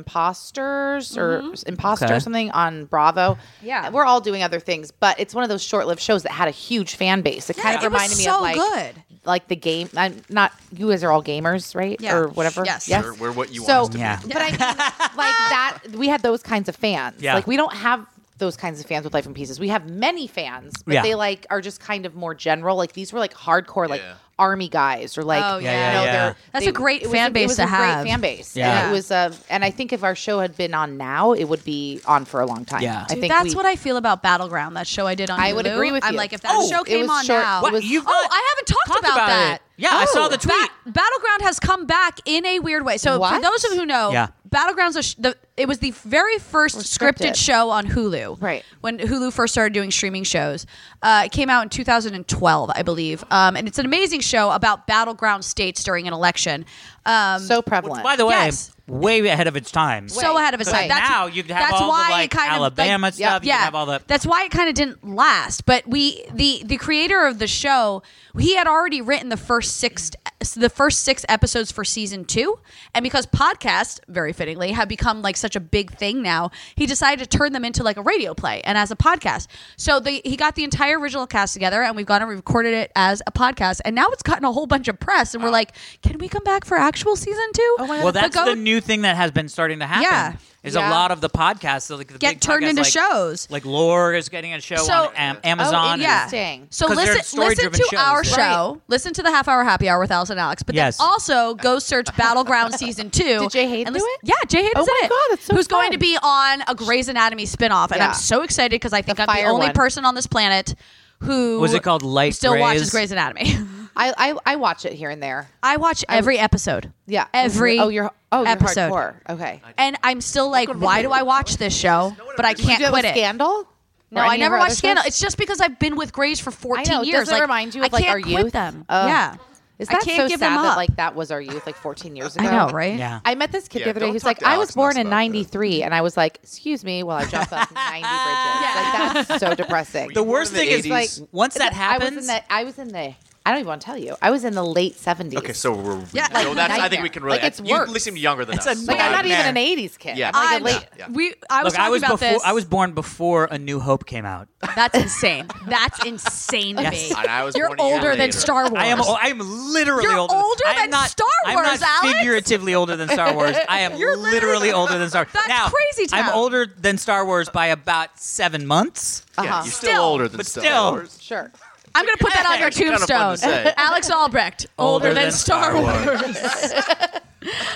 Speaker 5: Imposters or Imposter
Speaker 3: Mm-hmm. Okay.
Speaker 5: or something on Bravo.
Speaker 1: Yeah.
Speaker 5: And we're all doing other things, but it's one of those short-lived shows that had a huge fan base. It kind of
Speaker 1: it was
Speaker 5: reminded me
Speaker 1: so
Speaker 5: of like
Speaker 1: good.
Speaker 5: like the game. I'm not you guys are all gamers, right?
Speaker 1: Yeah.
Speaker 5: Or whatever.
Speaker 1: Yes.
Speaker 5: Yes.
Speaker 4: We're, we're what you
Speaker 5: So
Speaker 4: want us to
Speaker 3: Yeah.
Speaker 4: be.
Speaker 5: but I mean, like
Speaker 1: Ah.
Speaker 5: that, we had those kinds of fans.
Speaker 3: Yeah.
Speaker 5: Like we don't have those kinds of fans with Life in Pieces. We have many fans, but
Speaker 3: Yeah.
Speaker 5: they like are just kind of more general. Like these were like hardcore, like
Speaker 4: Yeah.
Speaker 5: army guys or like
Speaker 1: Oh,
Speaker 5: you
Speaker 1: Yeah, yeah,
Speaker 5: know,
Speaker 3: yeah.
Speaker 5: they're-
Speaker 1: That's
Speaker 5: they-
Speaker 1: a great
Speaker 5: it was
Speaker 1: fan
Speaker 5: a- it
Speaker 1: base
Speaker 5: was
Speaker 1: to
Speaker 5: a great
Speaker 1: have.
Speaker 5: fan base.
Speaker 3: Yeah.
Speaker 5: And it was uh, and I think if our show had been on now, it would be on for a long time.
Speaker 3: Yeah.
Speaker 5: I
Speaker 1: Dude,
Speaker 5: think
Speaker 1: that's
Speaker 5: we-
Speaker 1: what I feel about Battleground, that show I did on
Speaker 5: I would
Speaker 1: Hulu.
Speaker 5: agree with
Speaker 1: I'm
Speaker 5: you.
Speaker 1: like, if that
Speaker 3: Oh,
Speaker 1: show
Speaker 5: it
Speaker 1: came
Speaker 5: was
Speaker 1: on
Speaker 5: short.
Speaker 1: now.
Speaker 5: What?
Speaker 3: What? You've
Speaker 1: oh,
Speaker 3: not
Speaker 1: I haven't talked,
Speaker 3: talked
Speaker 1: about,
Speaker 3: about
Speaker 1: that.
Speaker 3: it. Yeah, I saw the tweet.
Speaker 1: Ba- Battleground has come back in a weird way. So for
Speaker 5: What?
Speaker 1: those of who know,
Speaker 3: Yeah.
Speaker 1: Battleground's a sh- the, it was the very first scripted.
Speaker 5: scripted.
Speaker 1: show on Hulu.
Speaker 5: Right.
Speaker 1: When Hulu first started doing streaming shows. Uh, it came out in 2012, I believe. Um, and it's an amazing show about battleground states during an election. Um,
Speaker 5: so prevalent.
Speaker 3: By the way,
Speaker 1: Yes.
Speaker 3: way ahead of its time.
Speaker 1: so
Speaker 5: Right.
Speaker 1: ahead of its
Speaker 5: Right.
Speaker 1: time. That's,
Speaker 3: now you have
Speaker 1: that's
Speaker 3: all
Speaker 1: why
Speaker 3: the like
Speaker 1: it kind
Speaker 3: Alabama
Speaker 1: of, like,
Speaker 3: stuff. You
Speaker 1: yeah,
Speaker 3: have all the
Speaker 1: That's why it kind of didn't last. But we, the the creator of the show, he had already written the first six the first six episodes for season two, and because podcasts, very fittingly, have become like such a big thing now, he decided to turn them into like a radio play and as a podcast. So the, he got the entire original cast together, and we've gone and recorded it as a podcast, and now it's gotten a whole bunch of press, and we're like, can we come back for actual season two?
Speaker 5: my
Speaker 3: Ah.
Speaker 5: God.
Speaker 3: Oh, well,
Speaker 5: But
Speaker 3: that's
Speaker 1: go-
Speaker 3: the new thing that has been starting to happen.
Speaker 1: Yeah.
Speaker 3: Is a
Speaker 5: Yeah.
Speaker 3: lot of the podcasts so like the
Speaker 1: Get
Speaker 3: big
Speaker 1: turned
Speaker 3: podcasts,
Speaker 1: into
Speaker 3: like-
Speaker 1: shows.
Speaker 3: Like Lore is getting a show
Speaker 1: So-
Speaker 3: on Am-
Speaker 5: Oh,
Speaker 3: Amazon. and-
Speaker 1: yeah.
Speaker 5: Interesting.
Speaker 1: So
Speaker 3: 'Cause they're
Speaker 1: listen, listen
Speaker 3: story-driven
Speaker 1: to
Speaker 3: shows,
Speaker 1: our
Speaker 3: right?
Speaker 1: show. Listen to the half hour happy hour with Alice and Alex. But
Speaker 3: Yes.
Speaker 1: then also go search Battleground season two.
Speaker 5: Did Jay Hayden
Speaker 1: and
Speaker 5: do
Speaker 1: listen-
Speaker 5: it?
Speaker 1: Yeah, Jay Hayden.
Speaker 5: Oh my
Speaker 1: it,
Speaker 5: God, that's so
Speaker 1: Who's going
Speaker 5: fun.
Speaker 1: to be on a Grey's Anatomy spinoff? And
Speaker 5: Yeah.
Speaker 1: I'm so excited because I think
Speaker 5: The
Speaker 1: I'm the
Speaker 5: fire
Speaker 1: only
Speaker 5: one.
Speaker 1: person on this planet who
Speaker 3: Was it called Light
Speaker 1: Still
Speaker 3: Grays?
Speaker 1: watches Grey's Anatomy.
Speaker 5: I I, I I watch it here and there.
Speaker 1: I watch every episode.
Speaker 5: Yeah.
Speaker 1: Every
Speaker 5: oh you're oh
Speaker 1: episode.
Speaker 5: you're hardcore. Okay.
Speaker 1: And I'm still like, why do I watch this show? But I
Speaker 5: Do you
Speaker 1: can't
Speaker 5: have
Speaker 1: quit
Speaker 5: a
Speaker 1: it.
Speaker 5: Scandal?
Speaker 1: No,
Speaker 5: Or
Speaker 1: I
Speaker 5: any of
Speaker 1: never
Speaker 5: her
Speaker 1: watched
Speaker 5: other
Speaker 1: Scandal.
Speaker 5: shows?
Speaker 1: It's just because I've been with Grace for 14
Speaker 5: I know.
Speaker 1: years.
Speaker 5: Doesn't it
Speaker 1: like,
Speaker 5: remind you of
Speaker 1: I
Speaker 5: like
Speaker 1: can't
Speaker 5: our
Speaker 1: quit
Speaker 5: youth?
Speaker 1: them.
Speaker 5: Oh.
Speaker 1: yeah.
Speaker 5: Is
Speaker 1: I
Speaker 5: that
Speaker 1: can't
Speaker 5: so
Speaker 1: give
Speaker 5: sad
Speaker 1: them
Speaker 5: that
Speaker 1: up.
Speaker 5: like that was our youth like 14 years ago?
Speaker 1: I know, right?
Speaker 3: Yeah.
Speaker 5: I met this kid
Speaker 4: Yeah,
Speaker 5: the other day
Speaker 4: don't
Speaker 5: who's
Speaker 4: talk
Speaker 5: like,
Speaker 4: to
Speaker 5: I was
Speaker 4: Alex
Speaker 5: born
Speaker 4: Ness
Speaker 5: in
Speaker 4: about that.
Speaker 5: 93. And I was like, excuse me while I jump up 90 bridges. Like, that's so depressing.
Speaker 3: The worst
Speaker 4: Born in
Speaker 3: thing
Speaker 4: the
Speaker 3: is, like,
Speaker 4: 80s.
Speaker 3: once that
Speaker 5: I was in
Speaker 3: happens,
Speaker 5: the, I was in the, I don't even want to tell you. I was in the late 70s.
Speaker 4: Okay, so we're
Speaker 1: Yeah,
Speaker 4: so
Speaker 1: like
Speaker 4: that's I
Speaker 5: nightmare.
Speaker 4: think we can relate.
Speaker 5: Like, it's
Speaker 4: you
Speaker 5: worse.
Speaker 4: seem younger than
Speaker 3: It's
Speaker 4: us.
Speaker 3: a
Speaker 4: so
Speaker 5: like, I'm not
Speaker 3: nightmare.
Speaker 5: even an 80s kid.
Speaker 4: Yeah.
Speaker 5: I'm like
Speaker 1: I,
Speaker 5: a late,
Speaker 4: yeah.
Speaker 1: we, I was
Speaker 3: look,
Speaker 1: talking
Speaker 3: I was
Speaker 1: about
Speaker 3: before
Speaker 1: this.
Speaker 3: I was born before A New Hope came out.
Speaker 1: That's insane. That's insane to me.
Speaker 4: And I was
Speaker 1: You're
Speaker 4: born a year
Speaker 1: older than
Speaker 4: later.
Speaker 1: Star Wars.
Speaker 3: I am. I am literally
Speaker 1: You're
Speaker 3: older.
Speaker 1: older
Speaker 3: I am
Speaker 1: than
Speaker 3: not,
Speaker 1: Star
Speaker 3: I'm not
Speaker 1: Wars, Alex.
Speaker 3: figuratively older than Star Wars. I am
Speaker 1: You're
Speaker 3: literally,
Speaker 1: literally-
Speaker 3: older than Star Wars.
Speaker 1: That's
Speaker 3: now,
Speaker 1: crazy town.
Speaker 3: I'm older than Star Wars by about seven months.
Speaker 4: Yeah,
Speaker 5: Uh-huh.
Speaker 4: you're still,
Speaker 1: Still,
Speaker 4: older than
Speaker 3: but
Speaker 4: Star
Speaker 3: still.
Speaker 4: Wars.
Speaker 5: Sure.
Speaker 1: I'm gonna put that on your
Speaker 4: It's kinda fun
Speaker 1: tombstone.
Speaker 4: to say.
Speaker 1: Alex Albrecht, older, than, Star Wars.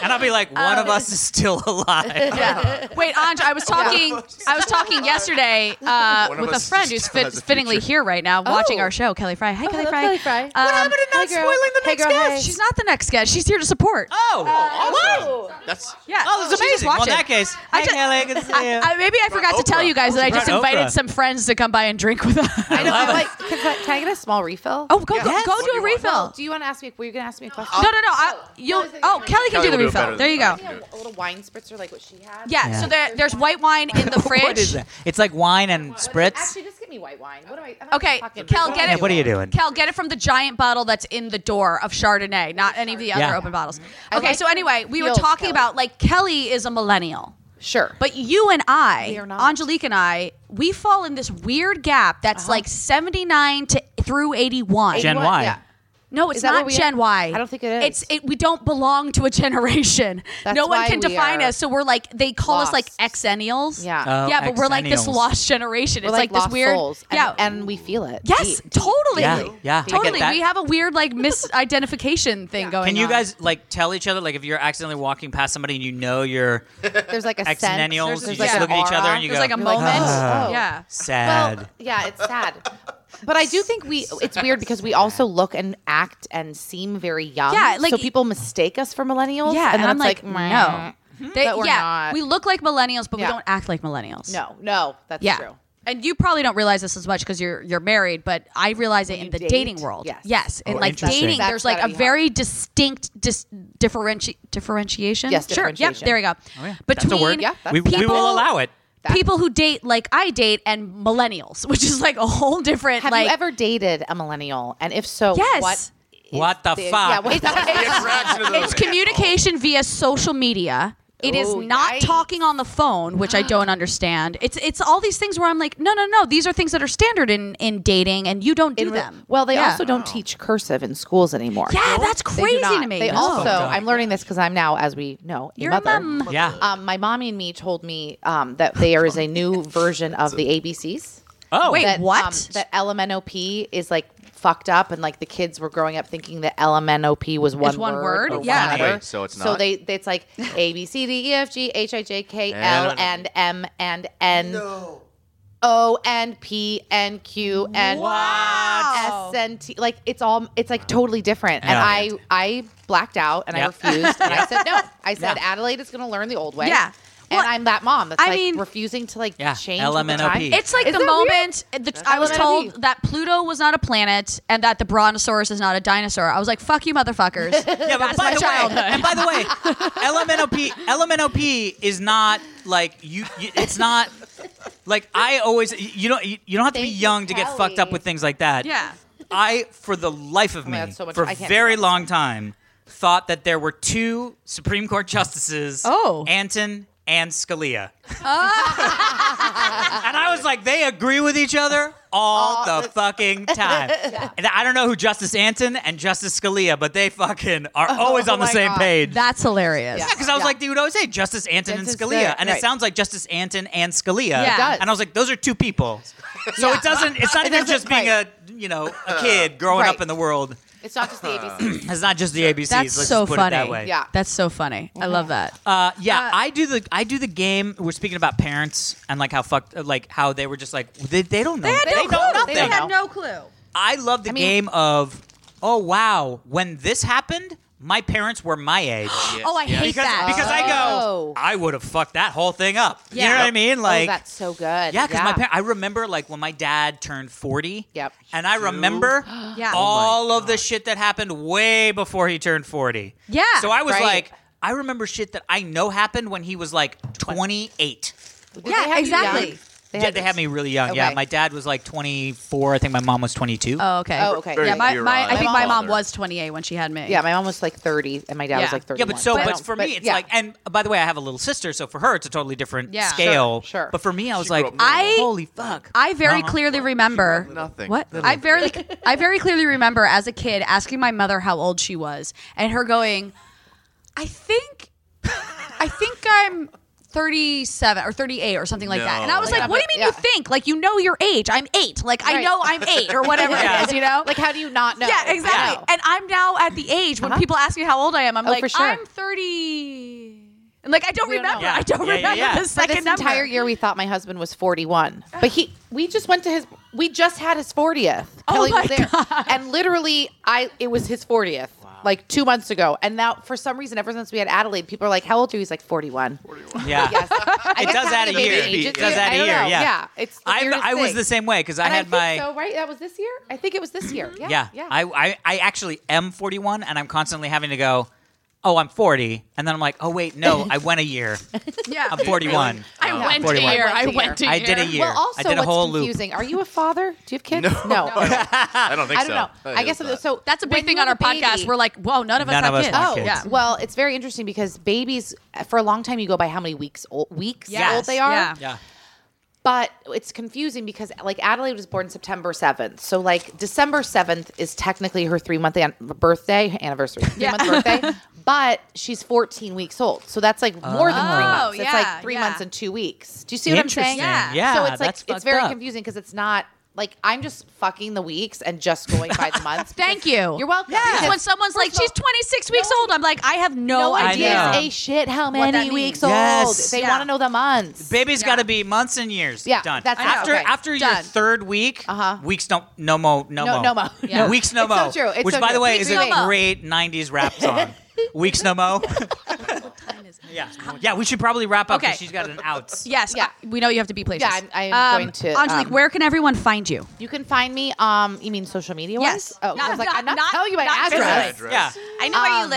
Speaker 3: and I'll be like, one of us is still alive.
Speaker 1: Uh, Yeah. Wait, Anj, I was talking. I was talking yesterday uh,
Speaker 4: One of
Speaker 1: with a
Speaker 4: us
Speaker 1: friend
Speaker 4: just
Speaker 1: who's
Speaker 4: still
Speaker 1: fit,
Speaker 4: has a
Speaker 1: fittingly
Speaker 4: future.
Speaker 1: here right now, watching
Speaker 5: Oh.
Speaker 1: our show. Kelly Fry. Hey, Kelly
Speaker 5: hello,
Speaker 1: Fry.
Speaker 5: Kelly Fry. What
Speaker 1: Um,
Speaker 3: happened to not
Speaker 5: Hey, girl.
Speaker 3: spoiling the
Speaker 5: Hey,
Speaker 3: next
Speaker 5: girl,
Speaker 3: guest?
Speaker 5: hey.
Speaker 1: She's not the next guest. She's here to support.
Speaker 3: Oh,
Speaker 5: Oh.
Speaker 4: That's
Speaker 1: yeah. She
Speaker 3: oh, that's
Speaker 1: Uh, just
Speaker 3: amazing. Well,
Speaker 1: watched
Speaker 3: in
Speaker 1: it.
Speaker 3: that case,
Speaker 1: I
Speaker 3: hey,
Speaker 1: ju-
Speaker 3: Kelly, good to see you.
Speaker 1: I, maybe I forgot to tell
Speaker 4: Oprah.
Speaker 1: you guys that I just
Speaker 3: Oprah.
Speaker 1: invited some friends to come by and drink with us.
Speaker 5: I know. I'm like, can I, can I get a small refill?
Speaker 1: Oh, go go,
Speaker 3: Yes.
Speaker 1: go
Speaker 3: What
Speaker 1: do
Speaker 3: do
Speaker 1: a
Speaker 4: you want?
Speaker 1: refill.
Speaker 5: do you want to ask me? Were you going to ask me a question?
Speaker 1: No, no, no. I, you'll. Oh, Kelly can
Speaker 4: Kelly
Speaker 1: do the
Speaker 4: will do it better
Speaker 1: refill.
Speaker 4: than
Speaker 1: There you
Speaker 4: I
Speaker 1: go.
Speaker 4: can.
Speaker 5: A little wine spritzer like what she had.
Speaker 1: Yeah.
Speaker 3: Yeah.
Speaker 1: So there, there's white wine in the fridge.
Speaker 3: What is that? It's like wine and spritz.
Speaker 5: Actually, just give me white wine. What am I? I'm
Speaker 1: Okay, Kel, get
Speaker 3: Yeah,
Speaker 1: it.
Speaker 3: what are you doing?
Speaker 1: Kel, get it from the giant bottle that's in the door of Chardonnay, not any of the other
Speaker 3: Yeah.
Speaker 1: open bottles.
Speaker 5: I
Speaker 1: Okay,
Speaker 5: like
Speaker 1: so anyway, we were
Speaker 5: feels,
Speaker 1: talking
Speaker 5: Kelly.
Speaker 1: about like Kelly is a millennial,
Speaker 5: Sure.
Speaker 1: but you and I,
Speaker 5: We are not.
Speaker 1: Angelique and I, we fall in this weird gap that's
Speaker 5: Uh-huh.
Speaker 1: like 79 to through 81.
Speaker 3: Gen
Speaker 5: What?
Speaker 3: Y.
Speaker 5: Yeah.
Speaker 1: no, it's
Speaker 5: that
Speaker 1: not
Speaker 5: what we-
Speaker 1: Gen Y.
Speaker 5: I don't think it is.
Speaker 1: It's it, we don't belong to a generation.
Speaker 5: That's
Speaker 1: no one
Speaker 5: why
Speaker 1: can
Speaker 5: we
Speaker 1: define
Speaker 5: are
Speaker 1: us, so we're like they call us like
Speaker 5: lost.
Speaker 1: exennials.
Speaker 5: Yeah.
Speaker 3: Oh,
Speaker 1: yeah, but we're like this
Speaker 3: exennials.
Speaker 1: lost generation.
Speaker 5: We're
Speaker 1: it's like,
Speaker 5: lost
Speaker 1: this weird
Speaker 5: souls. And,
Speaker 1: yeah,
Speaker 5: and we feel it.
Speaker 1: Yes,
Speaker 5: Deep.
Speaker 1: totally.
Speaker 3: Yeah, yeah, I get
Speaker 1: totally.
Speaker 3: that.
Speaker 1: We have a weird like misidentification thing going.
Speaker 3: Can you
Speaker 1: on.
Speaker 3: guys like tell each other like if you're accidentally walking past somebody and you know you're
Speaker 5: There's like a sense.
Speaker 3: ex-millennials, you
Speaker 5: there's
Speaker 3: just
Speaker 5: like an
Speaker 3: look at each other
Speaker 5: aura.
Speaker 3: and you
Speaker 1: There's
Speaker 3: go, Uh-huh.
Speaker 1: like a
Speaker 5: You're
Speaker 1: moment.
Speaker 5: "Oh."
Speaker 1: Yeah.
Speaker 3: sad.
Speaker 5: Well, yeah, it's sad. But I do think we it's weird because we also look and act and seem very young.
Speaker 1: Yeah, like-
Speaker 5: so people mistake us for millennials.
Speaker 1: Yeah,
Speaker 5: and then
Speaker 1: I'm
Speaker 5: it's like,
Speaker 1: like, no. They-
Speaker 5: But we're
Speaker 1: yeah,
Speaker 5: not.
Speaker 1: we look like millennials, but we
Speaker 5: Yeah.
Speaker 1: don't act like millennials.
Speaker 5: No, no, that's
Speaker 1: yeah.
Speaker 5: true.
Speaker 1: And you probably don't realize this as much because you're you're married, but I realize it in
Speaker 5: you
Speaker 1: the
Speaker 5: date?
Speaker 1: dating world.
Speaker 5: Yes.
Speaker 1: in
Speaker 3: Oh,
Speaker 1: like
Speaker 3: interesting.
Speaker 1: dating,
Speaker 5: That's
Speaker 1: there's like a
Speaker 5: gotta be
Speaker 1: very distinct dis- differenti- differentiation.
Speaker 5: Yes,
Speaker 1: sure. Yep,
Speaker 5: differentiation.
Speaker 1: there we go.
Speaker 3: Oh, That's
Speaker 1: Between
Speaker 3: a word.
Speaker 5: Yeah, that's
Speaker 3: we, we will allow it.
Speaker 5: That-
Speaker 1: people who date like I date and millennials, which is like a whole different
Speaker 5: Have
Speaker 1: like
Speaker 5: you ever dated a millennial? And if so,
Speaker 1: Yes.
Speaker 5: what? is
Speaker 3: What the
Speaker 5: the-
Speaker 3: fuck?
Speaker 5: Yeah, what is
Speaker 4: the
Speaker 5: that?
Speaker 4: interaction of
Speaker 1: It's
Speaker 4: those.
Speaker 1: communication via social media. It is
Speaker 5: Ooh,
Speaker 1: not
Speaker 5: yikes.
Speaker 1: talking on the phone, which I don't understand. It's it's all these things where I'm like, no, no, no. These are things that are standard in in dating, and you don't do
Speaker 5: in re-
Speaker 1: them.
Speaker 5: Well, they
Speaker 1: Yeah.
Speaker 5: also don't teach cursive in schools anymore.
Speaker 1: Yeah, that's
Speaker 5: They do
Speaker 1: crazy
Speaker 5: not.
Speaker 1: to me.
Speaker 5: They
Speaker 1: No.
Speaker 5: also, I'm learning this because I'm now, as we know, a
Speaker 1: You're a
Speaker 5: mother.
Speaker 1: mom.
Speaker 3: Yeah.
Speaker 5: Um, my mommy and me told me um, that there is a new version of the ABCs.
Speaker 3: oh,
Speaker 1: wait.
Speaker 5: That,
Speaker 1: what?
Speaker 5: Um, that LMNOP is like fucked up, and like the kids were growing up thinking that LMNOP was one,
Speaker 1: one word?
Speaker 5: or
Speaker 1: Yeah.
Speaker 5: whatever.
Speaker 4: Wait, so it's
Speaker 5: So
Speaker 4: not?
Speaker 5: they it's like A B C D E F G H I J K L and M and N. O and P and Q and
Speaker 3: Wow.
Speaker 5: S and T like it's all it's like totally different.
Speaker 3: Yeah.
Speaker 5: And I I blacked out and
Speaker 3: Yeah.
Speaker 5: I refused and I said no. I said
Speaker 3: Yeah.
Speaker 5: Adelaide is going to learn the old way.
Speaker 1: Yeah.
Speaker 5: And
Speaker 1: Well,
Speaker 5: I'm that mom that's
Speaker 1: I
Speaker 5: like
Speaker 1: mean-
Speaker 5: refusing to like
Speaker 3: Yeah,
Speaker 5: change. with the
Speaker 3: LMNOP.
Speaker 5: time.
Speaker 1: It's like
Speaker 5: Is
Speaker 1: the
Speaker 5: that weird?
Speaker 1: moment the, I was
Speaker 5: how it
Speaker 1: told
Speaker 5: is.
Speaker 1: that Pluto was not a planet and that the Brontosaurus is not a dinosaur. I was like, fuck you, motherfuckers.
Speaker 3: Yeah, but
Speaker 1: That's
Speaker 3: by
Speaker 1: my
Speaker 3: the
Speaker 1: childhood.
Speaker 3: way, and by the way, LMNOP, LMNOP is not like you. you- it's not like I always. You don't. You, you don't have to
Speaker 5: Thank
Speaker 3: be
Speaker 5: you,
Speaker 3: young to get
Speaker 5: Kelly. Oh
Speaker 3: fucked up with things like that.
Speaker 1: Yeah.
Speaker 3: I, for the life of
Speaker 5: my
Speaker 3: me,
Speaker 5: God, so much-
Speaker 3: for
Speaker 5: I
Speaker 3: a
Speaker 5: can't
Speaker 3: very
Speaker 5: do that.
Speaker 3: long time, thought that there were two Supreme Court justices.
Speaker 1: Oh.
Speaker 3: Anton and Scalia.
Speaker 1: Ah.
Speaker 3: and I was like, they agree with each other all the fucking time. And I don't know who Justice Anton and Justice Scalia, but they fucking are always on the
Speaker 5: my
Speaker 3: same
Speaker 5: God.
Speaker 3: page.
Speaker 1: That's hilarious.
Speaker 5: Yeah.
Speaker 3: because I was
Speaker 5: Yeah.
Speaker 3: like, dude, I always say Justice Anton and
Speaker 5: Justice
Speaker 3: Scalia,
Speaker 5: there,
Speaker 3: and it
Speaker 5: right.
Speaker 3: sounds like Justice Anton and Scalia.
Speaker 1: It does.
Speaker 3: And I was like, those are two people. So it doesn't. It's not even
Speaker 5: doesn't-
Speaker 3: just being
Speaker 5: right.
Speaker 3: a you know a kid growing up
Speaker 5: Right.
Speaker 3: in the world.
Speaker 5: It's not just the ABCs.
Speaker 3: It's not just the ABCs.
Speaker 1: That's
Speaker 3: let's
Speaker 1: so
Speaker 3: just put
Speaker 1: funny.
Speaker 3: it that way.
Speaker 5: Yeah.
Speaker 1: That's so funny. I love that.
Speaker 3: Uh, yeah, I do the I do the game. We're speaking about parents and like how fucked, like how they were just like they, they don't know.
Speaker 1: They had no
Speaker 3: know
Speaker 1: clue.
Speaker 3: nothing.
Speaker 5: They don't
Speaker 1: had
Speaker 5: know.
Speaker 1: no clue.
Speaker 3: I love the
Speaker 5: mean-
Speaker 3: game of oh wow, when this happened, my parents were my age.
Speaker 1: Oh, I hate
Speaker 3: because,
Speaker 1: that.
Speaker 3: because I go,
Speaker 5: Oh.
Speaker 3: I would have fucked that whole thing up.
Speaker 1: Yeah.
Speaker 3: You know what I mean?
Speaker 5: Oh,
Speaker 3: Like,
Speaker 5: that's so good.
Speaker 3: yeah, because my par- I remember like when my dad turned forty.
Speaker 5: Yep.
Speaker 3: And I remember
Speaker 1: Yeah.
Speaker 3: all of the shit that happened way before he turned forty.
Speaker 1: Yeah,
Speaker 3: So I was
Speaker 5: right.
Speaker 3: like, I remember shit that I know happened when he was like twenty eight.
Speaker 5: Did
Speaker 1: Yeah,
Speaker 5: they have you
Speaker 1: exactly.
Speaker 5: young?
Speaker 3: yeah, they had me really young. Yeah,
Speaker 5: Okay.
Speaker 3: my dad was like 24. I think my mom was 22.
Speaker 1: Oh, okay.
Speaker 5: Oh, okay.
Speaker 1: Yeah,
Speaker 5: Very
Speaker 1: my,
Speaker 4: near
Speaker 1: my
Speaker 4: on
Speaker 1: I think my mom
Speaker 4: father.
Speaker 1: was 28 when she had me.
Speaker 5: Yeah, my mom was like 30 and my dad
Speaker 1: Yeah.
Speaker 5: was like 31.
Speaker 3: yeah, but so,
Speaker 5: I
Speaker 3: but,
Speaker 5: don't-
Speaker 3: for me,
Speaker 5: but
Speaker 3: it's
Speaker 5: yeah.
Speaker 3: like, and by the way, I have a little sister, so for her, it's a totally different
Speaker 1: Yeah. Sure,
Speaker 3: scale.
Speaker 5: sure.
Speaker 3: But for me, I was
Speaker 4: She
Speaker 3: like, "Oh,
Speaker 4: grew up normal.
Speaker 1: I-
Speaker 3: holy fuck.
Speaker 1: I very
Speaker 3: Mama.
Speaker 1: clearly remember
Speaker 4: nothing.
Speaker 1: What
Speaker 4: Little
Speaker 1: I very I very clearly remember as a kid asking my mother how old she was and her going, "I think, I think I'm." 37 or 38 or something like that. And I was
Speaker 4: No.
Speaker 1: like, what do you mean
Speaker 5: Yeah.
Speaker 1: you think? Like, you know your age. I'm eight. Like, I
Speaker 5: Right.
Speaker 1: know I'm eight or whatever
Speaker 3: Yeah.
Speaker 1: it is, you know?
Speaker 5: Like, how do you not know?
Speaker 1: Yeah,
Speaker 5: I
Speaker 1: exactly.
Speaker 5: know.
Speaker 1: And I'm now at the age when people ask me how old I am, I'm
Speaker 5: Oh,
Speaker 1: like,
Speaker 5: for sure.
Speaker 1: I'm 30. And like, I don't
Speaker 5: We don't
Speaker 1: remember.
Speaker 5: know.
Speaker 1: I don't
Speaker 3: Yeah, yeah,
Speaker 1: remember
Speaker 3: yeah.
Speaker 1: the
Speaker 3: For
Speaker 5: For
Speaker 1: second
Speaker 5: this
Speaker 1: number.
Speaker 5: entire year, we thought my husband was 41, but he we just went to his we just had his 40th.
Speaker 1: Oh
Speaker 5: Kelly
Speaker 1: my
Speaker 5: was there, and literally, I it was his 40th like two months ago, and now for some reason, ever since we had Adelaide, people are like, "How old are you?" He's like 41.
Speaker 3: Yeah.
Speaker 5: Yes, I
Speaker 3: It
Speaker 5: guess
Speaker 3: does add a
Speaker 5: having baby
Speaker 3: year.
Speaker 5: ages
Speaker 3: It does
Speaker 5: you-
Speaker 3: add
Speaker 5: I
Speaker 3: a
Speaker 5: don't
Speaker 3: year.
Speaker 5: know.
Speaker 3: Yeah.
Speaker 5: yeah. It's the
Speaker 3: I'm,
Speaker 5: weirdest
Speaker 3: I was
Speaker 5: thing.
Speaker 3: the same way because I
Speaker 5: And I
Speaker 3: had
Speaker 5: think
Speaker 3: my.
Speaker 5: so right. That was this year. I think it was this year. Yeah,
Speaker 3: yeah. I, I, I actually am 41, and I'm constantly having to go, oh, I'm 40. And then I'm like, oh, wait, no, I went a year.
Speaker 1: Yeah.
Speaker 3: I'm 41.
Speaker 1: I
Speaker 3: I'm
Speaker 1: went a
Speaker 3: 41.
Speaker 1: year. I
Speaker 5: I
Speaker 1: went
Speaker 5: went
Speaker 1: a year.
Speaker 3: I did a year.
Speaker 5: Well, also,
Speaker 3: I did a
Speaker 5: what's
Speaker 3: whole loop.
Speaker 5: confusing? Are you a father? Do you have kids?
Speaker 4: No. I don't think
Speaker 5: I don't
Speaker 4: so. Uh,
Speaker 5: know. I guess
Speaker 4: hope not.
Speaker 5: so.
Speaker 1: That's a big
Speaker 5: when
Speaker 1: thing
Speaker 5: you
Speaker 1: on our
Speaker 5: have a
Speaker 1: podcast.
Speaker 5: baby-
Speaker 1: We're like, whoa, none of us
Speaker 3: None
Speaker 1: have
Speaker 3: of us
Speaker 1: kids.
Speaker 3: have
Speaker 5: Oh,
Speaker 3: kids.
Speaker 1: Yeah.
Speaker 5: well, it's very interesting because babies, for a long time, you go by how many weeks old, weeks
Speaker 1: Yes.
Speaker 5: old they are.
Speaker 1: Yeah.
Speaker 3: Yeah.
Speaker 5: But it's confusing because like Adelaide was born September 7th. So like December 7th is technically her three month an- birthday anniversary, three
Speaker 1: Yeah.
Speaker 5: month birthday. But she's 14 weeks old. So that's like more than three
Speaker 1: Oh,
Speaker 5: months. It's
Speaker 1: yeah,
Speaker 5: like three
Speaker 1: yeah.
Speaker 5: months and two weeks. Do you see what I'm saying?
Speaker 3: Interesting. Yeah. Yeah,
Speaker 5: So it's like,
Speaker 3: that's
Speaker 5: it's
Speaker 3: fucked
Speaker 5: very
Speaker 3: up.
Speaker 5: confusing because it's not like I'm just fucking the weeks and just going by the months.
Speaker 1: Thank you.
Speaker 5: You're welcome.
Speaker 1: Because
Speaker 5: Because
Speaker 1: When someone's like,
Speaker 5: First of all,
Speaker 1: she's 26 weeks old, I'm like, I have no,
Speaker 5: no one
Speaker 1: idea.
Speaker 5: gives
Speaker 3: know.
Speaker 5: a shit how
Speaker 1: What that
Speaker 5: many
Speaker 1: means.
Speaker 5: weeks
Speaker 3: Yes.
Speaker 5: old. They
Speaker 1: Yeah.
Speaker 5: want to know the months.
Speaker 3: Baby's
Speaker 1: Yeah.
Speaker 3: got to be months and years.
Speaker 5: Yeah,
Speaker 3: done.
Speaker 5: that's- I know,
Speaker 3: after
Speaker 5: okay.
Speaker 3: after your
Speaker 1: Done.
Speaker 3: third week.
Speaker 5: Uh-huh.
Speaker 3: Weeks don't no mo no
Speaker 5: No-
Speaker 3: mo
Speaker 5: no mo.
Speaker 1: Yeah.
Speaker 3: Weeks no
Speaker 5: It's so
Speaker 3: mo.
Speaker 5: true, it's
Speaker 3: which
Speaker 5: so
Speaker 3: by the
Speaker 5: true.
Speaker 3: way
Speaker 5: Weeks
Speaker 3: is
Speaker 5: no
Speaker 3: a
Speaker 5: mo.
Speaker 3: great '90s rap song. weeks no mo. yeah, yeah. We should probably wrap up. 'cause
Speaker 1: Okay.
Speaker 3: She's got an outs.
Speaker 1: Yes.
Speaker 5: Yeah.
Speaker 1: I- we know you have to be places.
Speaker 5: Yeah, I'm- I am
Speaker 1: Um,
Speaker 5: going to,
Speaker 1: Angelique,
Speaker 5: um,
Speaker 1: where can everyone find you?
Speaker 5: You can find me. Um, you mean social media?
Speaker 1: Yes.
Speaker 5: Ones? Oh,
Speaker 1: Not-
Speaker 5: I was like,
Speaker 1: not-
Speaker 5: I'm not,
Speaker 1: not-
Speaker 5: telling you my
Speaker 1: not
Speaker 5: address.
Speaker 4: physically.
Speaker 3: Yeah.
Speaker 1: I know where you